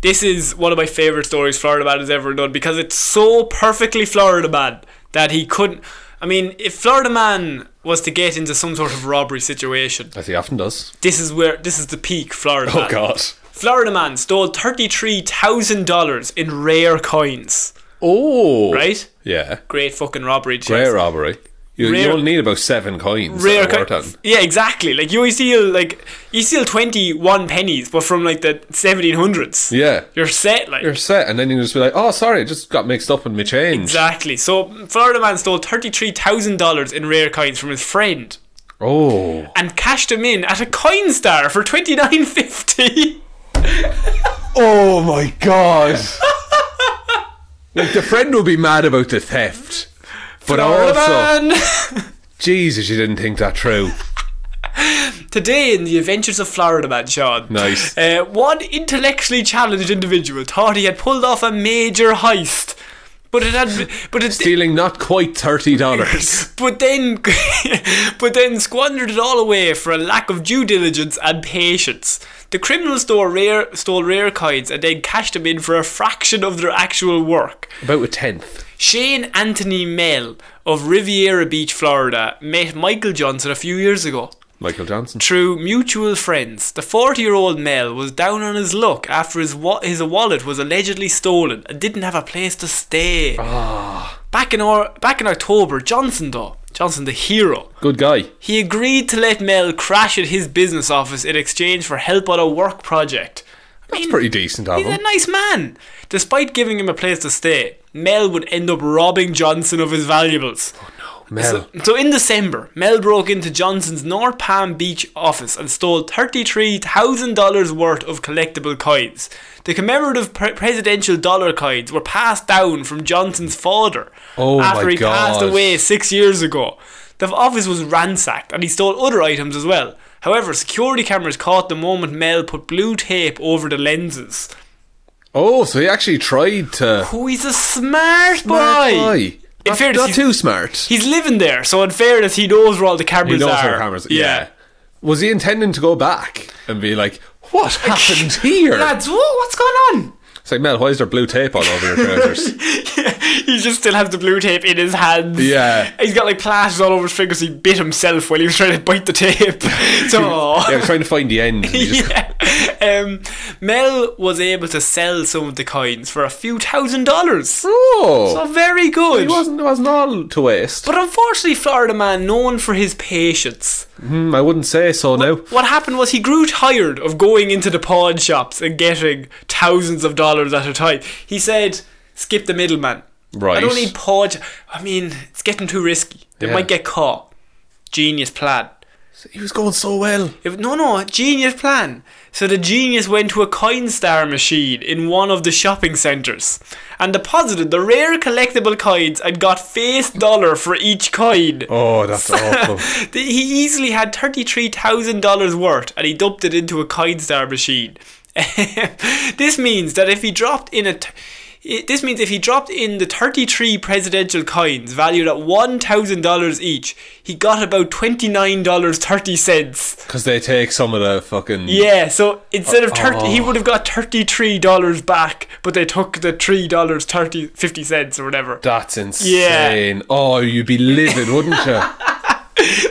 Speaker 1: this is one of my favorite stories Florida Man has ever done because it's so perfectly Florida Man that he couldn't. I mean, if Florida Man was to get into some sort of robbery situation,
Speaker 2: As he often does.
Speaker 1: this is where this is the peak Florida
Speaker 2: Oh,
Speaker 1: Man.
Speaker 2: God.
Speaker 1: Florida Man stole thirty-three thousand dollars in rare coins.
Speaker 2: Oh.
Speaker 1: Right?
Speaker 2: Yeah.
Speaker 1: Great fucking robbery.
Speaker 2: Rare
Speaker 1: James.
Speaker 2: robbery. You,
Speaker 1: Rare-
Speaker 2: you only need about seven coins.
Speaker 1: Rare
Speaker 2: that are
Speaker 1: coin-
Speaker 2: worth it.
Speaker 1: Yeah, exactly. Like you always steal like you steal twenty-one pennies, but from like the seventeen hundreds.
Speaker 2: Yeah.
Speaker 1: You're set. Like
Speaker 2: You're set, and then you just be like, oh, sorry, it just got mixed up in my change.
Speaker 1: Exactly. So, Florida man stole thirty-three thousand dollars in rare coins from his friend
Speaker 2: Oh.
Speaker 1: and cashed them in at a coin star for twenty-nine
Speaker 2: [laughs]
Speaker 1: fifty.
Speaker 2: Oh my god! [laughs] like the friend will be mad about the theft, but
Speaker 1: Florida
Speaker 2: also
Speaker 1: man. [laughs]
Speaker 2: Jesus, you didn't think that through.
Speaker 1: Today in the adventures of Florida man, Sean.
Speaker 2: Nice.
Speaker 1: Uh, one intellectually challenged individual thought he had pulled off a major heist, but it had, but it,
Speaker 2: Stealing not quite
Speaker 1: [laughs]
Speaker 2: thirty dollars.
Speaker 1: but then, but then [laughs] squandered it all away for a lack of due diligence and patience. The criminals stole rare, stole rare coins and then cashed them in for a fraction of their actual work.
Speaker 2: About a tenth.
Speaker 1: Shane Anthony Mell of Riviera Beach, Florida, met Michael Johnson a few years ago.
Speaker 2: Michael Johnson.
Speaker 1: Through mutual friends, the 40 year old Mel was down on his luck after his, wa- his wallet was allegedly stolen and didn't have a place to stay.
Speaker 2: Ah.
Speaker 1: Back, in or- back in October, Johnson, though, Johnson the hero,
Speaker 2: Good guy.
Speaker 1: he agreed to let Mel crash at his business office in exchange for help on a work project. I
Speaker 2: That's
Speaker 1: mean,
Speaker 2: pretty decent of
Speaker 1: he's a
Speaker 2: him.
Speaker 1: nice man. Despite giving him a place to stay, Mel would end up robbing Johnson of his valuables.
Speaker 2: Mel.
Speaker 1: So, so in December, Mel broke into Johnson's North Palm Beach office and stole $33,000 worth of collectible coins. The commemorative pre- presidential dollar coins were passed down from Johnson's father
Speaker 2: Oh
Speaker 1: after
Speaker 2: my
Speaker 1: he passed
Speaker 2: God.
Speaker 1: away six years ago. The office was ransacked and he stole other items as well. However, security cameras caught the moment Mel put blue tape over the lenses.
Speaker 2: Oh, so he actually tried to.
Speaker 1: Oh, he's a smart,
Speaker 2: Smart
Speaker 1: boy.
Speaker 2: boy.
Speaker 1: In
Speaker 2: Not,
Speaker 1: fairness,
Speaker 2: not
Speaker 1: he's-
Speaker 2: too smart.
Speaker 1: He's living there, so in fairness, he knows where all the cameras
Speaker 2: He knows
Speaker 1: are.
Speaker 2: where cameras. Yeah. Was he intending to go back and be like, [laughs] "What happened here?"
Speaker 1: Lads, wha- what's going on?
Speaker 2: It's like, Mel, why is there blue tape all over your [laughs] trousers?
Speaker 1: [laughs] he just still has the blue tape in his hands.
Speaker 2: Yeah.
Speaker 1: He's got like plasters all over his fingers. He bit himself while he was trying to bite the tape. [laughs] So,
Speaker 2: [laughs] yeah, I'm trying to find the end. and he [laughs] just-
Speaker 1: yeah. Um, Mel was able to sell some of the coins for a few thousand dollars.
Speaker 2: Oh,
Speaker 1: So very good.
Speaker 2: it wasn't. It wasn't all to waste.
Speaker 1: but unfortunately, Florida man, known for his patience,
Speaker 2: Hmm, I wouldn't say so now.
Speaker 1: What happened was he grew tired of going into the pawn shops and getting thousands of dollars at a time. He said, "Skip the middleman. I
Speaker 2: Right.
Speaker 1: don't need pawn. sh- I mean, it's getting too risky. They
Speaker 2: Yeah.
Speaker 1: might get caught." Genius plan.
Speaker 2: He was going so well.
Speaker 1: If, no, no, genius plan. So the genius went to a Coinstar machine in one of the shopping centres and deposited the rare collectible coins and got face dollar for each coin.
Speaker 2: Oh, [laughs] that's awful.
Speaker 1: [laughs] The- he easily had $33,000 worth and he dumped it into a Coinstar machine. [laughs] this means that if he dropped in a. T- i- this means if he dropped in the 33 presidential coins valued at $1,000 each, he got about $29.30.
Speaker 2: Because they take some of the fucking.
Speaker 1: Yeah, so instead of 30 he
Speaker 2: Oh.
Speaker 1: would have got $33 back, but they took the $3.30 50 cents or whatever.
Speaker 2: That's insane. Oh, you'd be livid, wouldn't [laughs] you?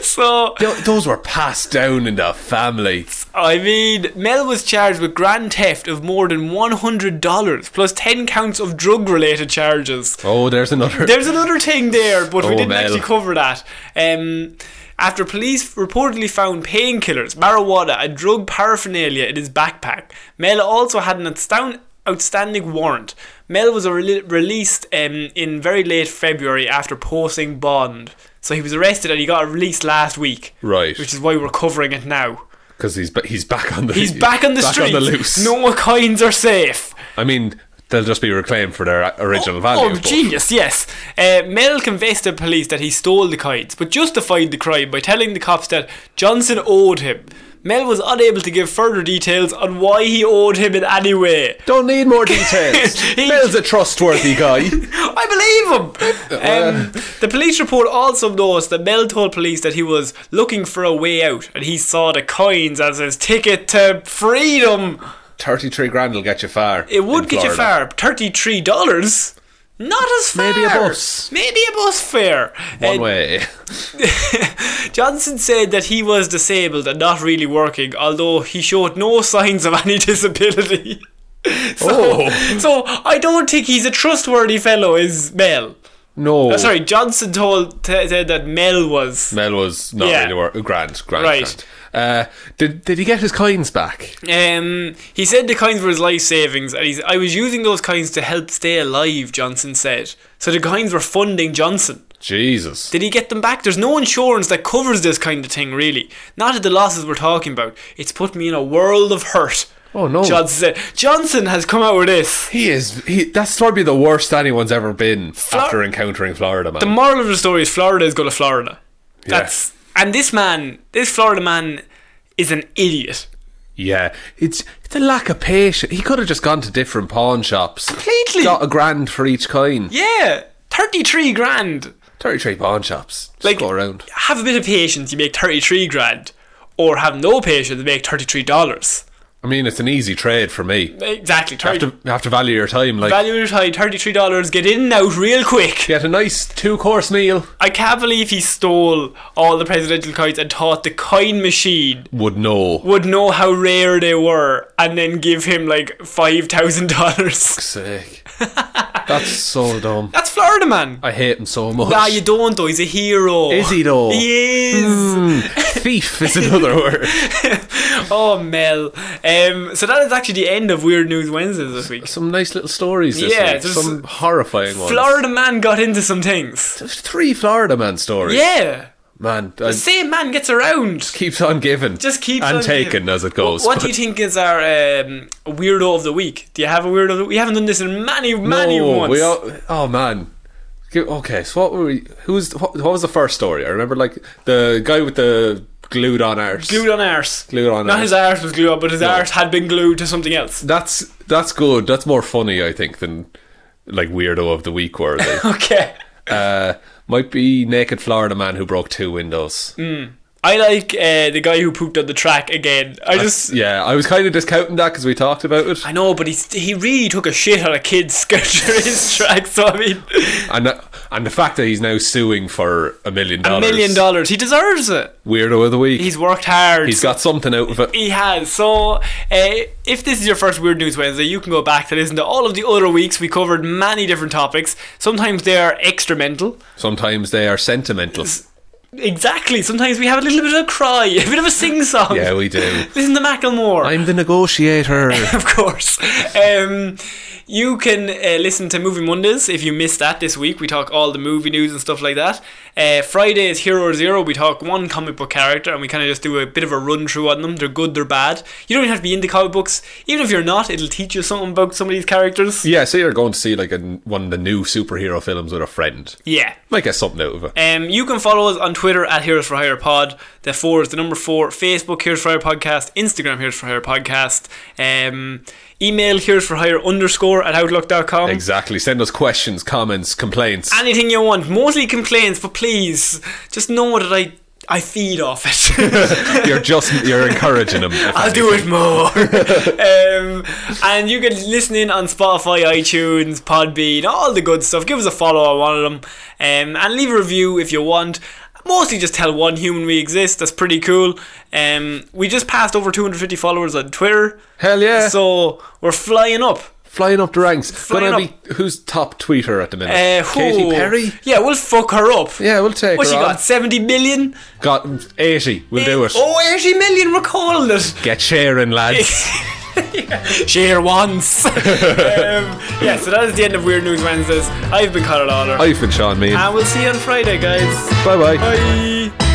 Speaker 1: So,
Speaker 2: Th- Those were passed down in the family.
Speaker 1: I mean, Mel was charged with grand theft of more than $100 plus 10 counts of drug related charges.
Speaker 2: Oh, there's another.
Speaker 1: There's another thing there, but we
Speaker 2: Oh,
Speaker 1: didn't
Speaker 2: Mel.
Speaker 1: actually cover that. Um, after police reportedly found painkillers, marijuana, and drug paraphernalia in his backpack, Mel also had an outstound- outstanding warrant. Mel was rele- released um, in very late February after posting bond. So he was arrested and he got released last week.
Speaker 2: Right.
Speaker 1: Which is why we're covering it now.
Speaker 2: Because he's, ba- he's back on the [laughs]
Speaker 1: He's back on the
Speaker 2: back
Speaker 1: street.
Speaker 2: on the loose.
Speaker 1: No more coins are safe.
Speaker 2: I mean, they'll just be reclaimed for their uh, original value.
Speaker 1: Oh,
Speaker 2: but-
Speaker 1: genius, yes. Uh, Mel confessed to police that he stole the coins, but justified the crime by telling the cops that Johnson owed him. Mel was unable to give further details on why he owed him in any way.
Speaker 2: Don't
Speaker 1: [laughs]
Speaker 2: need more details.
Speaker 1: He-
Speaker 2: Mel's a trustworthy
Speaker 1: [laughs]
Speaker 2: guy. [laughs]
Speaker 1: I believe him! Um, the police report also notes that Mel told police that he was looking for a way out and he saw the coins as his ticket to freedom.
Speaker 2: 33 grand will get you far.
Speaker 1: It would
Speaker 2: in
Speaker 1: get you
Speaker 2: Florida.
Speaker 1: far. $33? Not as far.
Speaker 2: Maybe a bus.
Speaker 1: Maybe a bus fare.
Speaker 2: One
Speaker 1: Uh,
Speaker 2: way.
Speaker 1: [laughs] Johnson said that he was disabled and not really working, although he showed no [laughs] signs of any disability. [laughs] so,
Speaker 2: Oh.
Speaker 1: so I don't think he's a trustworthy fellow, is Mel.
Speaker 2: [laughs] No.
Speaker 1: Sorry, Johnson told t- said that Mel was.
Speaker 2: Oh, Mel was not
Speaker 1: Yeah.
Speaker 2: really wor- uh, grand, grand,
Speaker 1: Right.
Speaker 2: grand. Uh, did did he get his coins back?
Speaker 1: Um, he said the coins were his life savings, and he's, I was using those coins to help stay alive. Johnson said. So the coins were funding Johnson.
Speaker 2: Jesus.
Speaker 1: Did he get them back? There's no insurance that covers this kind of thing, really. Not at the losses we're talking about. It's put me in a world of hurt.
Speaker 2: Oh, no.
Speaker 1: Johnson said. Johnson has come out with this.
Speaker 2: he is. He, that's probably the worst anyone's ever been
Speaker 1: Flo-
Speaker 2: after encountering Florida man.
Speaker 1: The moral of the story is Florida is going to Florida. That's and this man, this Florida man, is an idiot.
Speaker 2: yeah, it's it's a lack of patience. He could have just gone to different pawn shops,
Speaker 1: Completely.
Speaker 2: got a grand for each coin.
Speaker 1: Yeah, thirty-three grand.
Speaker 2: Thirty-three pawn shops. Just
Speaker 1: Like-
Speaker 2: go around.
Speaker 1: Have a bit of patience, you make thirty-three grand, or have no patience, you make thirty-three dollars.
Speaker 2: I mean, it's an easy trade for me.
Speaker 1: Exactly.
Speaker 2: You
Speaker 1: 30,
Speaker 2: have to you have to value your time. Like
Speaker 1: value it high, thirty-three dollars. Get in and out real quick.
Speaker 2: get a nice two-course meal.
Speaker 1: I can't believe he stole all the presidential coins and thought the coin machine
Speaker 2: Would know.
Speaker 1: would know how rare they were and then give him like five thousand dollars. [laughs]
Speaker 2: Sick. that's so dumb.
Speaker 1: That's Florida man.
Speaker 2: I hate him so much.
Speaker 1: Nah, you don't though. He's a hero.
Speaker 2: Is he though? Hmm.
Speaker 1: He is.
Speaker 2: Thief is another [laughs] word.
Speaker 1: Oh Mel. Um, Um, so that is actually the end of Weird News Wednesdays this week.
Speaker 2: Some nice little stories this
Speaker 1: Yeah,
Speaker 2: week.
Speaker 1: there's
Speaker 2: Some horrifying ones.
Speaker 1: Florida man got into some things.
Speaker 2: There's three Florida man stories.
Speaker 1: Yeah.
Speaker 2: Man, I,
Speaker 1: Same man gets around.
Speaker 2: keeps on giving.
Speaker 1: Just keeps
Speaker 2: And
Speaker 1: on
Speaker 2: taken
Speaker 1: giving.
Speaker 2: as it goes.
Speaker 1: What do you think is our um, weirdo of the week? Do you have a weirdo? Of the- we haven't done this in many, many
Speaker 2: no,
Speaker 1: months.
Speaker 2: we all, oh man. G- Okay, so what were we? Who's what, what was the first story? I remember like the guy with the glued on arse.
Speaker 1: glued on arse.
Speaker 2: Glued on
Speaker 1: Not
Speaker 2: arse.
Speaker 1: his arse was glued on, but his arse had been glued to something else. [laughs]
Speaker 2: that's that's good. That's more funny, I think, than like weirdo of the week
Speaker 1: [laughs]
Speaker 2: were they?
Speaker 1: Okay.
Speaker 2: uh, might be naked Florida man who broke two windows.
Speaker 1: Mm. I like uh, the guy who pooped on the track again. I just.
Speaker 2: Yeah, I was kind of discounting that because we talked about it,
Speaker 1: I know, but he, he really took a shit on a kid's [laughs] skirt during
Speaker 2: [laughs]
Speaker 1: his track, so I mean,
Speaker 2: and that- and the fact that he's now suing for a million
Speaker 1: a
Speaker 2: dollars.
Speaker 1: million dollars. He deserves it.
Speaker 2: Weirdo of the week.
Speaker 1: He's worked hard.
Speaker 2: he's got something out of it.
Speaker 1: He has. So, uh, if this is your first Weird News Wednesday, you can go back to listen to all of the other weeks. We covered many different topics. Sometimes they are extra mental.
Speaker 2: Sometimes they are sentimental.
Speaker 1: Exactly. Sometimes we have a little bit of a cry, [laughs] a bit of a sing song.
Speaker 2: Yeah, we do.
Speaker 1: Listen to Macklemore.
Speaker 2: I'm the negotiator.
Speaker 1: [laughs] of course. Um, you can uh, listen to Movie Mondays if you missed that this week. We talk all the movie news and stuff like that. Uh, Friday is Hero or Zero. We talk one comic book character and we kind of just do a bit of a run through on them. They're good, they're bad. You don't even have to be into comic books. Even if you're not, it'll teach you something about some of these characters.
Speaker 2: [laughs] yeah, say you're going to see like a, one of the new superhero films with a friend.
Speaker 1: Yeah.
Speaker 2: Might get something out of it.
Speaker 1: Um, you can follow us on Twitter at Heroes for Hire Pod. The four is the number four. Facebook Heroes for Hire Podcast. Instagram Heroes for Hire Podcast. Um, email Heroes for Hire underscore at outlook.com.
Speaker 2: Exactly. Send us questions, comments, complaints.
Speaker 1: anything you want. Mostly complaints, but please just know that I I feed off it. [laughs]
Speaker 2: [laughs] you're just you're encouraging them. if
Speaker 1: I'll do it
Speaker 2: [laughs]
Speaker 1: more. um, and you can listen in on Spotify, iTunes, Podbean, all the good stuff. Give us a follow on one of them, um, and leave a review if you want. Mostly just tell one human we exist. That's pretty cool. Um, we just passed over 250 followers on Twitter,
Speaker 2: Hell yeah!
Speaker 1: so we're flying up.
Speaker 2: flying up the ranks.
Speaker 1: Flying
Speaker 2: Gonna be who's top tweeter at the minute?
Speaker 1: Uh,
Speaker 2: Katy
Speaker 1: who-
Speaker 2: Perry.
Speaker 1: Yeah, we'll fuck her up.
Speaker 2: Yeah, we'll take
Speaker 1: What
Speaker 2: her
Speaker 1: she
Speaker 2: on.
Speaker 1: got? 70 million.
Speaker 2: Got eighty. We'll do it.
Speaker 1: Oh, Eh. 80 million, we're calling it.
Speaker 2: Get sharing, lads.
Speaker 1: Share once. [laughs] um, yeah, so that is the end of Weird News Wednesdays. I've been Conor Lawler.
Speaker 2: I've been Sean Mean.
Speaker 1: And we'll see you on Friday, guys.
Speaker 2: Bye bye.
Speaker 1: Bye.